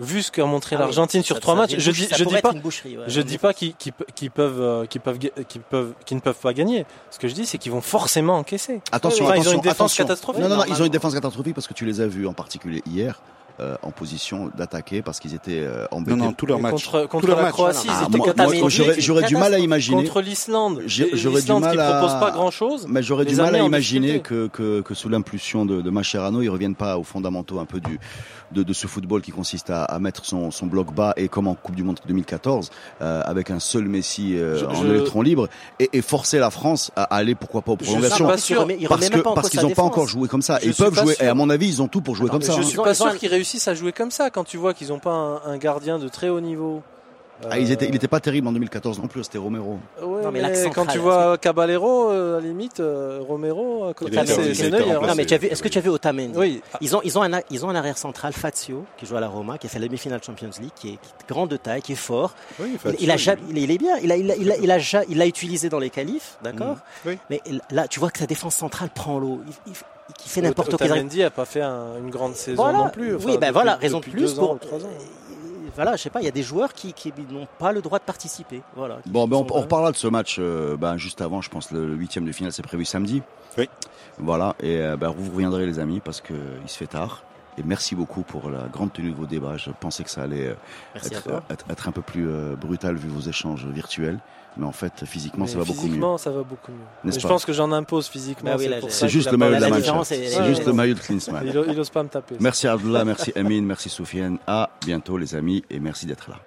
H: Vu ce qu'a montré
G: Ah oui,
H: l'Argentine
G: ça-
H: sur
G: ça
H: trois
G: devient
H: matchs,
G: une
H: je
G: bouche-
H: dis,
G: ça
H: je
G: pourrait
H: dis
G: être
H: pas,
G: une boucherie, ouais.
H: je dis pas qu'ils qu'ils pe- qu'ils peuvent, euh, qu'ils peuvent, ga- qu'ils peuvent, qu'ils ne peuvent pas gagner. Ce que je dis, c'est qu'ils vont forcément encaisser.
E: Attention,
H: Enfin,
E: attention,
H: ils ont une défense
E: attention.
H: catastrophique.
E: Non, non, non, ils ont
G: normalement.
E: une défense catastrophique parce que tu les as vus en particulier hier euh, en position d'attaquer parce qu'ils étaient euh,
F: Non,
E: embêtés.
F: non, tout leur match.
H: Contre, contre
F: leur
H: la
F: match.
H: Croatie,
E: Ah,
H: ils étaient
E: moi-
H: catastrophiques.
E: moi, j'aurais- j'aurais du mal à imaginer.
H: Contre l'Islande,
E: J'ai-
H: et
E: j'aurais du
H: l'Islande qui
E: mal à-
H: propose pas grand chose.
E: Mais j'aurais
H: les
E: du mal
H: amener
E: à
H: en
E: imaginer
H: difficulté.
E: que, que, que sous l'impulsion de, de Mascherano, ils reviennent pas aux fondamentaux un peu du de, de ce football qui consiste à, à mettre son, son bloc bas et comme en Coupe du Monde 2014 euh, avec un seul Messi euh,
H: Je-
E: en
H: je-
E: électron libre et, et forcer la France à aller pourquoi pas aux
H: suis
E: prolongations
H: pas
G: Il
H: sûr,
G: remet- il remet
E: parce
G: même
E: que
G: pas en
E: parce
G: cause
E: qu'ils
G: sa
E: n'ont pas
G: défense.
E: encore joué comme ça.
H: Je
E: Ils
H: suis
E: peuvent
H: pas
E: jouer
H: sûr.
E: et à mon avis ils ont tout pour jouer
G: Attends,
E: comme
G: mais
E: ça.
G: je
E: hein.
H: Je suis
G: Ils ont-
H: pas
G: ils ont
H: sûr
G: un-
H: qu'ils réussissent à jouer comme ça quand tu vois qu'ils ont pas un, un gardien de très haut niveau.
E: Ah, ils étaient, il était pas terrible en 2014 non plus, hein, c'était Romero.
H: Euh, ouais,
G: Non, mais
H: mais
G: l'axe
H: quand
G: central,
H: tu
G: là,
H: vois Caballero, euh, à la limite, euh, Romero, euh,
F: Il
H: c'est-
F: a été- il a
H: c'est
F: été
H: c'est Neuer.
F: remplacé.
G: Non mais tu as vu, est-ce que tu as vu Otamendi
H: Oui,
G: Ils ont, ils ont, un, a- ils ont un arrière central, Fazio, qui joue à la Roma, qui a fait la demi-finale Champions League, qui est, qui est grand de taille, qui est fort.
F: Oui,
G: Il,
F: enfin,
G: il a,
F: tu-
G: jamais- il, est- il est bien. Il a, il a, il a, il a, ja- il l'a utilisé dans les qualifs, d'accord.
F: Oui.
G: Mais il- là, tu vois que sa défense centrale prend l'eau. Il, il, il fait n'importe quoi.
H: Otamendi a pas fait un- une grande saison
G: Voilà.
H: non plus.
G: oui,
H: Enfin,
G: ben
H: depuis-
G: voilà, raison de
H: depuis
G: plus
H: deux ans
G: pour.
H: ou trois ans.
G: euh, Voilà, je sais pas, il y a des joueurs qui, qui n'ont pas le droit de participer. Voilà. qui-
E: Bon,
G: qui
E: ben on,
G: sont
E: on
G: vraiment-
E: reparlera de ce match euh, ben, juste avant, je pense, le huitième de finale, c'est prévu samedi.
F: Oui.
E: Voilà, et euh, ben, vous reviendrez les amis parce que euh, il se fait tard. Et merci beaucoup pour la grande tenue de vos débats. Je pensais que ça allait euh,
G: Merci à
E: être,
G: toi.
E: être- être un peu plus euh, brutal vu vos échanges virtuels. Mais en fait, physiquement,
H: Mais
E: ça va beaucoup mieux.
H: physiquement, ça va beaucoup mieux.
E: N'est-ce
H: Mais Je
E: pas
H: pense que j'en impose physiquement.
G: Bah oui, là,
H: pour
G: j'ai-
H: ça
E: C'est
H: qu'il
E: juste
H: a
E: le
H: pas
E: maillot de la
G: la
E: manche.
G: différence, elle-
E: C'est
G: elle-
E: juste le
G: elle-
E: maillot de Klinsmann.
H: Il, il ose pas me taper. ça.
E: Merci Abdullah, merci Amine, merci Soufiane. À bientôt les amis et merci d'être là.